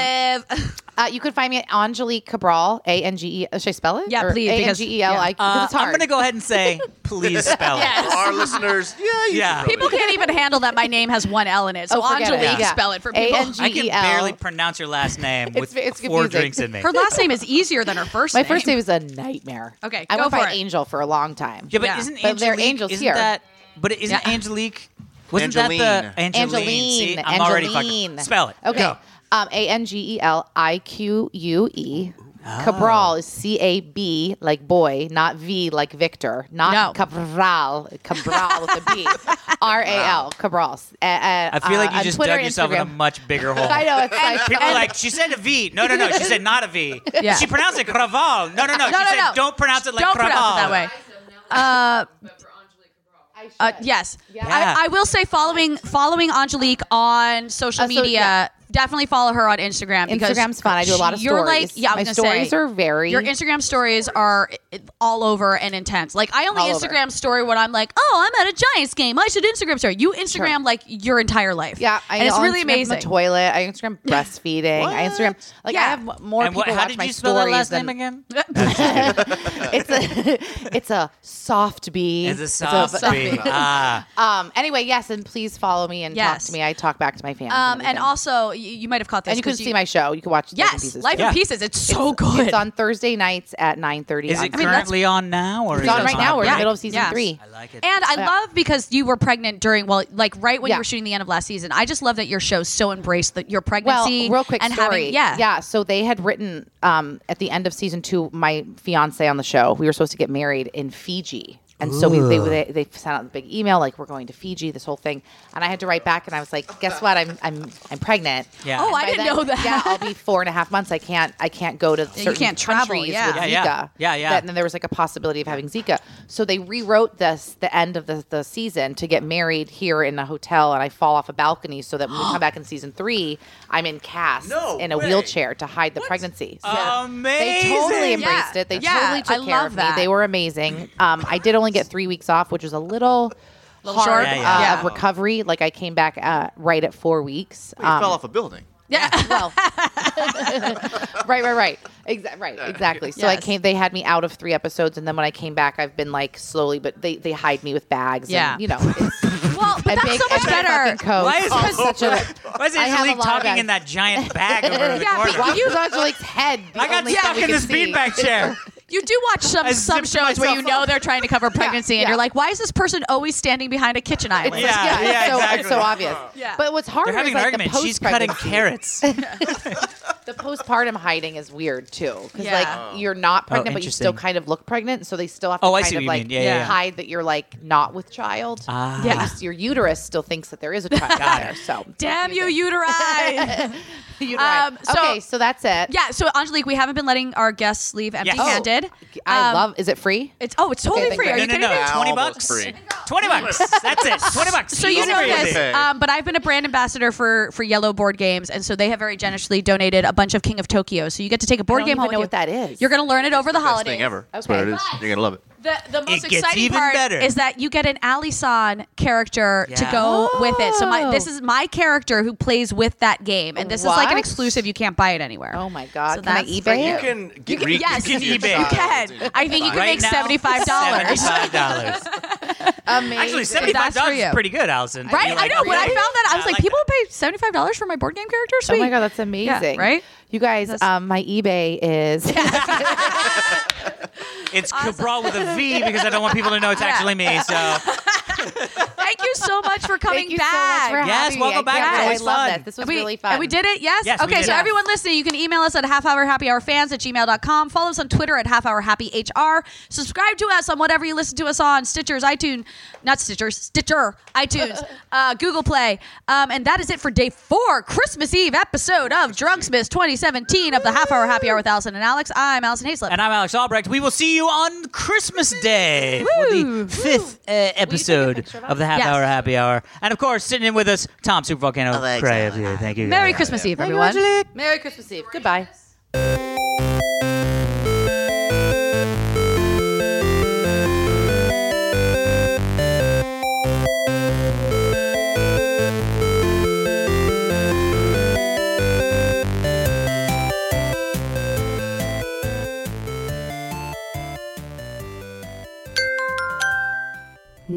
Speaker 1: live.
Speaker 5: Uh, you can find me at Angelique Cabral. A N G E. Should I spell it?
Speaker 1: Yeah,
Speaker 5: Or
Speaker 1: please,
Speaker 5: A N
Speaker 1: because-
Speaker 5: G E L
Speaker 3: Uh,
Speaker 5: I. Because it's hard.
Speaker 3: I'm gonna go ahead and say, please spell it.
Speaker 4: Our listeners, yeah,
Speaker 3: Yeah.
Speaker 4: you yeah.
Speaker 1: People can't even handle that my name has one L in it. So
Speaker 5: Oh, forget it.
Speaker 1: Angelique,
Speaker 5: Yeah.
Speaker 1: spell it for people.
Speaker 5: A-N-G-
Speaker 3: I can
Speaker 5: G-E-L.
Speaker 3: barely pronounce your last name with
Speaker 5: E it's
Speaker 3: four
Speaker 5: confusing.
Speaker 3: drinks in me.
Speaker 1: Her last name is easier than her first
Speaker 5: My
Speaker 1: name.
Speaker 5: first name is a nightmare.
Speaker 1: Okay,
Speaker 5: I
Speaker 1: go
Speaker 5: went
Speaker 1: for
Speaker 5: by
Speaker 1: it.
Speaker 5: Angel for a long time.
Speaker 3: Yeah, but
Speaker 1: Yeah.
Speaker 3: isn't
Speaker 5: But they're
Speaker 3: Angelique,
Speaker 5: angels
Speaker 3: isn't
Speaker 5: here.
Speaker 3: that? But isn't
Speaker 1: Yeah.
Speaker 3: Angelique? Wasn't that
Speaker 4: Angeline.
Speaker 3: the Angeline? See, I'm
Speaker 5: Angeline.
Speaker 3: already fucking.
Speaker 5: Angeline.
Speaker 3: Spell it.
Speaker 5: Okay.
Speaker 3: Go.
Speaker 5: Um, A N G E L I Q U E.
Speaker 3: Oh.
Speaker 5: Cabral is C A B like boy, not V like Victor, not
Speaker 1: No.
Speaker 5: Cabral. Cabral with a B. R A L. Cabral. Uh, uh,
Speaker 3: I feel like
Speaker 5: uh,
Speaker 3: you
Speaker 5: on
Speaker 3: just
Speaker 5: Twitter
Speaker 3: dug
Speaker 5: and
Speaker 3: yourself in a
Speaker 5: Instagram.
Speaker 3: much bigger hole.
Speaker 5: I know it's like
Speaker 3: People are like, she said a V. No, no, no. She said not a V.
Speaker 1: Yeah.
Speaker 3: She pronounced it craval. No, no, no. She
Speaker 1: No, no,
Speaker 3: said
Speaker 1: no.
Speaker 3: don't pronounce it like
Speaker 1: Don't
Speaker 3: craval.
Speaker 1: pronounce it that way. Uh, yes.
Speaker 3: Yeah.
Speaker 1: I, I will say following following Angelique on social
Speaker 5: Uh, so,
Speaker 1: media.
Speaker 5: yeah.
Speaker 1: Definitely follow her on Instagram. because
Speaker 5: Instagram's fun. I do a lot of
Speaker 1: she- you're
Speaker 5: stories.
Speaker 1: like, yeah, I
Speaker 5: My
Speaker 1: was gonna say,
Speaker 5: stories are very-
Speaker 1: Your Instagram stories are i- all over and intense. Like I only
Speaker 5: All over.
Speaker 1: Instagram story when I'm like, oh, I'm at a Giants game. I should Instagram story. You Instagram like your entire life.
Speaker 5: Yeah, I
Speaker 1: and it's
Speaker 5: I'll
Speaker 1: really
Speaker 5: Instagram
Speaker 1: amazing.
Speaker 5: From the toilet, I Instagram breastfeeding. I Instagram like
Speaker 1: Yeah.
Speaker 5: I have m- more
Speaker 3: And what,
Speaker 5: people
Speaker 3: how
Speaker 5: watch
Speaker 3: did
Speaker 5: my
Speaker 3: you spell that
Speaker 5: stories
Speaker 3: last
Speaker 5: than
Speaker 3: name again?
Speaker 5: it's a it's a soft B.
Speaker 3: It's a soft V. Ah,
Speaker 5: Um. Anyway, yes, and please follow me and
Speaker 1: Yes.
Speaker 5: talk to me. I talk back to my fans.
Speaker 1: um, and
Speaker 5: everything.
Speaker 1: also y- you might have caught this.
Speaker 5: and you can
Speaker 1: 'cause
Speaker 5: see my show. You can watch. Life in
Speaker 1: yes,
Speaker 5: Pieces
Speaker 1: Life
Speaker 5: too.
Speaker 1: in Pieces. It's so good.
Speaker 5: It's on Thursday nights at nine thirty.
Speaker 3: is it
Speaker 5: I mean, that's-
Speaker 3: currently on now or
Speaker 5: it's
Speaker 3: is
Speaker 5: on
Speaker 3: it
Speaker 5: right now. We're in
Speaker 1: Yeah.
Speaker 5: the middle of season
Speaker 1: Yes.
Speaker 5: three.
Speaker 3: I like it.
Speaker 1: And I
Speaker 5: Yeah.
Speaker 1: love because you were pregnant during well, like right when you
Speaker 5: Yeah.
Speaker 1: were shooting the end of last season. I just love that your show so embraced that your
Speaker 5: Well,
Speaker 1: pregnancy.
Speaker 5: real quick
Speaker 1: and
Speaker 5: story.
Speaker 1: having yeah
Speaker 5: yeah. So they had written um, at the end of season two, my fiance on the show. We were supposed to get married in Fiji. And so we, they, they they sent out the big email like we're going to Fiji, this whole thing. And I had to write back, and I was like, guess what? I'm I'm I'm pregnant.
Speaker 3: Yeah.
Speaker 1: Oh, I
Speaker 5: By
Speaker 1: didn't
Speaker 5: then-
Speaker 1: know that.
Speaker 5: Yeah, I'll be four and a half months. I can't. I can't go to. Certain
Speaker 1: can't travel,
Speaker 5: countries
Speaker 1: yeah.
Speaker 5: with
Speaker 1: Yeah,
Speaker 3: yeah.
Speaker 5: Zika.
Speaker 3: Yeah, yeah.
Speaker 5: That- and then there was like a possibility of having Zika. So they rewrote this the end of the, the season to get married here in a hotel, and I fall off a balcony so that when we come back in season three, I'm in cast
Speaker 4: No
Speaker 5: in a
Speaker 4: way.
Speaker 5: wheelchair to hide the pregnancy. So
Speaker 3: Amazing.
Speaker 5: They totally
Speaker 1: Yeah.
Speaker 5: embraced it. They
Speaker 1: Yeah,
Speaker 5: totally took
Speaker 1: I
Speaker 5: care
Speaker 1: love
Speaker 5: of
Speaker 1: that.
Speaker 5: me. They were amazing. Um, I did only get three weeks off, which was a little. hard
Speaker 1: short.
Speaker 5: uh,
Speaker 3: Yeah, yeah.
Speaker 5: of recovery. Like I came back uh, right at four weeks. Um,
Speaker 4: Well, you
Speaker 1: Um,
Speaker 4: fell off a building.
Speaker 1: Yeah.
Speaker 5: well, right, right, right, Exa- right, exactly. So I
Speaker 1: Yes.
Speaker 5: came. They had me out of three episodes, and then when I came back, I've been like slowly, but they they hide me with bags.
Speaker 1: Yeah.
Speaker 5: and, you know, it's
Speaker 1: Well, but
Speaker 5: a
Speaker 1: that's
Speaker 5: big,
Speaker 1: so much
Speaker 5: a big fucking
Speaker 1: better.
Speaker 5: coat.
Speaker 3: Why is
Speaker 5: It's
Speaker 3: this-
Speaker 5: such a?
Speaker 3: Why is
Speaker 5: I have a
Speaker 3: Angelique
Speaker 5: lot of
Speaker 3: talking
Speaker 5: bags.
Speaker 3: in that giant bag over in the
Speaker 5: Yeah,
Speaker 3: corner?
Speaker 5: but why was Angelique's head? the
Speaker 3: I got
Speaker 5: only
Speaker 3: stuck
Speaker 5: thing we
Speaker 3: in
Speaker 5: could
Speaker 3: this
Speaker 5: see?
Speaker 3: feedback chair.
Speaker 1: You do watch some
Speaker 3: I
Speaker 1: some
Speaker 3: zipped
Speaker 1: shows where you
Speaker 3: myself
Speaker 1: know
Speaker 3: up.
Speaker 1: they're trying to cover pregnancy, and
Speaker 5: yeah.
Speaker 1: you're like, why is this person always standing behind a kitchen island?
Speaker 5: It's
Speaker 3: Yeah,
Speaker 5: like, yeah,
Speaker 3: yeah,
Speaker 5: it's so,
Speaker 3: exactly.
Speaker 5: it's so obvious.
Speaker 1: Yeah.
Speaker 5: But what's hard
Speaker 3: They're having
Speaker 5: is
Speaker 3: an
Speaker 5: like
Speaker 3: argument.
Speaker 5: the
Speaker 3: She's cutting
Speaker 5: post-pregnancy.
Speaker 3: carrots.
Speaker 5: the postpartum hiding is weird too because
Speaker 1: Yeah.
Speaker 5: like you're not pregnant but you
Speaker 3: Oh,
Speaker 5: still
Speaker 3: interesting.
Speaker 5: kind of look pregnant so they still have to
Speaker 3: Oh, I
Speaker 5: kind
Speaker 3: see what
Speaker 5: of
Speaker 3: you
Speaker 5: like
Speaker 3: mean. Yeah, yeah, yeah.
Speaker 5: hide that you're like not with child
Speaker 3: Ah.
Speaker 5: But you- your uterus still thinks that there is a child there so
Speaker 1: Damn you, uteri.
Speaker 5: you
Speaker 1: Um, so-
Speaker 5: okay so that's it Oh,
Speaker 1: yeah. So Angelique, we haven't been letting our guests leave empty-handed.
Speaker 5: I
Speaker 1: Um,
Speaker 5: love is it free
Speaker 1: It's oh, it's totally
Speaker 5: Okay,
Speaker 1: free. Are
Speaker 3: no,
Speaker 1: you
Speaker 3: no,
Speaker 1: kidding
Speaker 3: no.
Speaker 1: me?
Speaker 4: Wow,
Speaker 3: Twenty
Speaker 4: almost
Speaker 3: bucks.
Speaker 4: free.
Speaker 3: Twenty bucks. That's it. Twenty bucks.
Speaker 1: So you
Speaker 4: Those
Speaker 1: know
Speaker 4: are
Speaker 1: this,
Speaker 4: amazing.
Speaker 1: um, but I've been a brand ambassador for for Yellow Board Games, and so they have very generously donated a bunch of King of Tokyo. So you get to take a board
Speaker 5: I don't
Speaker 1: game
Speaker 5: even
Speaker 1: home.
Speaker 5: know
Speaker 1: with
Speaker 5: what that
Speaker 1: you.
Speaker 5: is.
Speaker 1: You're gonna learn it over the
Speaker 4: Best
Speaker 1: holidays.
Speaker 4: thing ever. That's what
Speaker 5: Okay.
Speaker 4: it is. You're gonna love it.
Speaker 1: The, the most
Speaker 3: gets
Speaker 1: exciting
Speaker 3: even
Speaker 1: part
Speaker 3: better.
Speaker 1: is that you get an Ali San character to
Speaker 3: Yeah.
Speaker 1: go with it. So my this
Speaker 5: Oh.
Speaker 1: is my character who plays with that game, and this is like an
Speaker 5: What?
Speaker 1: exclusive. You can't buy it anywhere.
Speaker 5: oh my god
Speaker 1: So
Speaker 5: can I
Speaker 1: that's
Speaker 5: eBay
Speaker 1: free.
Speaker 5: it
Speaker 4: You can get
Speaker 1: You can-
Speaker 4: re-
Speaker 1: yes,
Speaker 4: you can
Speaker 1: you
Speaker 4: eBay.
Speaker 1: can. I think you can
Speaker 4: Buy
Speaker 1: make
Speaker 4: it.
Speaker 1: $75.
Speaker 3: Seventy-five dollars.
Speaker 5: Amazing.
Speaker 3: Actually, seventy-five
Speaker 1: That's for
Speaker 3: dollars is
Speaker 1: you.
Speaker 3: pretty good, Allison.
Speaker 1: Right?
Speaker 3: You're
Speaker 1: I
Speaker 3: like,
Speaker 1: know. When I
Speaker 3: really?
Speaker 1: found that, I
Speaker 3: Yeah,
Speaker 1: was like,
Speaker 3: that.
Speaker 1: people pay seventy five dollars for my board game character. Sweet.
Speaker 5: Oh my god, that's amazing!
Speaker 1: Yeah, right?
Speaker 5: you guys. Um, my eBay is
Speaker 3: It's Cabral with a V because I don't want people to know it's actually me. So
Speaker 1: Thank you so much for coming
Speaker 5: Thank you so
Speaker 1: back.
Speaker 5: much for
Speaker 3: Yes,
Speaker 5: having me.
Speaker 3: welcome
Speaker 5: I
Speaker 3: back.
Speaker 5: can't-
Speaker 1: It
Speaker 5: I
Speaker 1: was
Speaker 3: fun.
Speaker 5: love this. This was
Speaker 1: And we,
Speaker 5: really fun.
Speaker 1: And we did it, yes?
Speaker 3: Yes, we
Speaker 1: okay,
Speaker 3: did
Speaker 1: so
Speaker 3: it.
Speaker 1: everyone listening, you can email us at halfhourhappyhourfans at gmail.com. Follow us on Twitter at halfhourhappyhr. Subscribe to us on whatever you listen to us on Stitchers, iTunes, not Stitchers, Stitcher, iTunes, uh, Google Play. Um, and that is it for day four, Christmas Eve episode of Drunksmith 2017 of the Half Hour Happy Hour with Allison and Alex. I'm Allison Hayslip.
Speaker 3: And I'm Alex Albrecht. We will see you on Christmas Day for the fifth uh, episode of the Half
Speaker 1: Yes.
Speaker 3: Hour Happy Hour. And of course, sitting in with us, Tom Super Volcano.
Speaker 4: Alex,
Speaker 3: Cray.
Speaker 4: Alex.
Speaker 3: Yeah, Thank you.
Speaker 1: Merry
Speaker 3: guys.
Speaker 1: Christmas Eve, everyone.
Speaker 5: Merry Christmas Eve. Goodbye.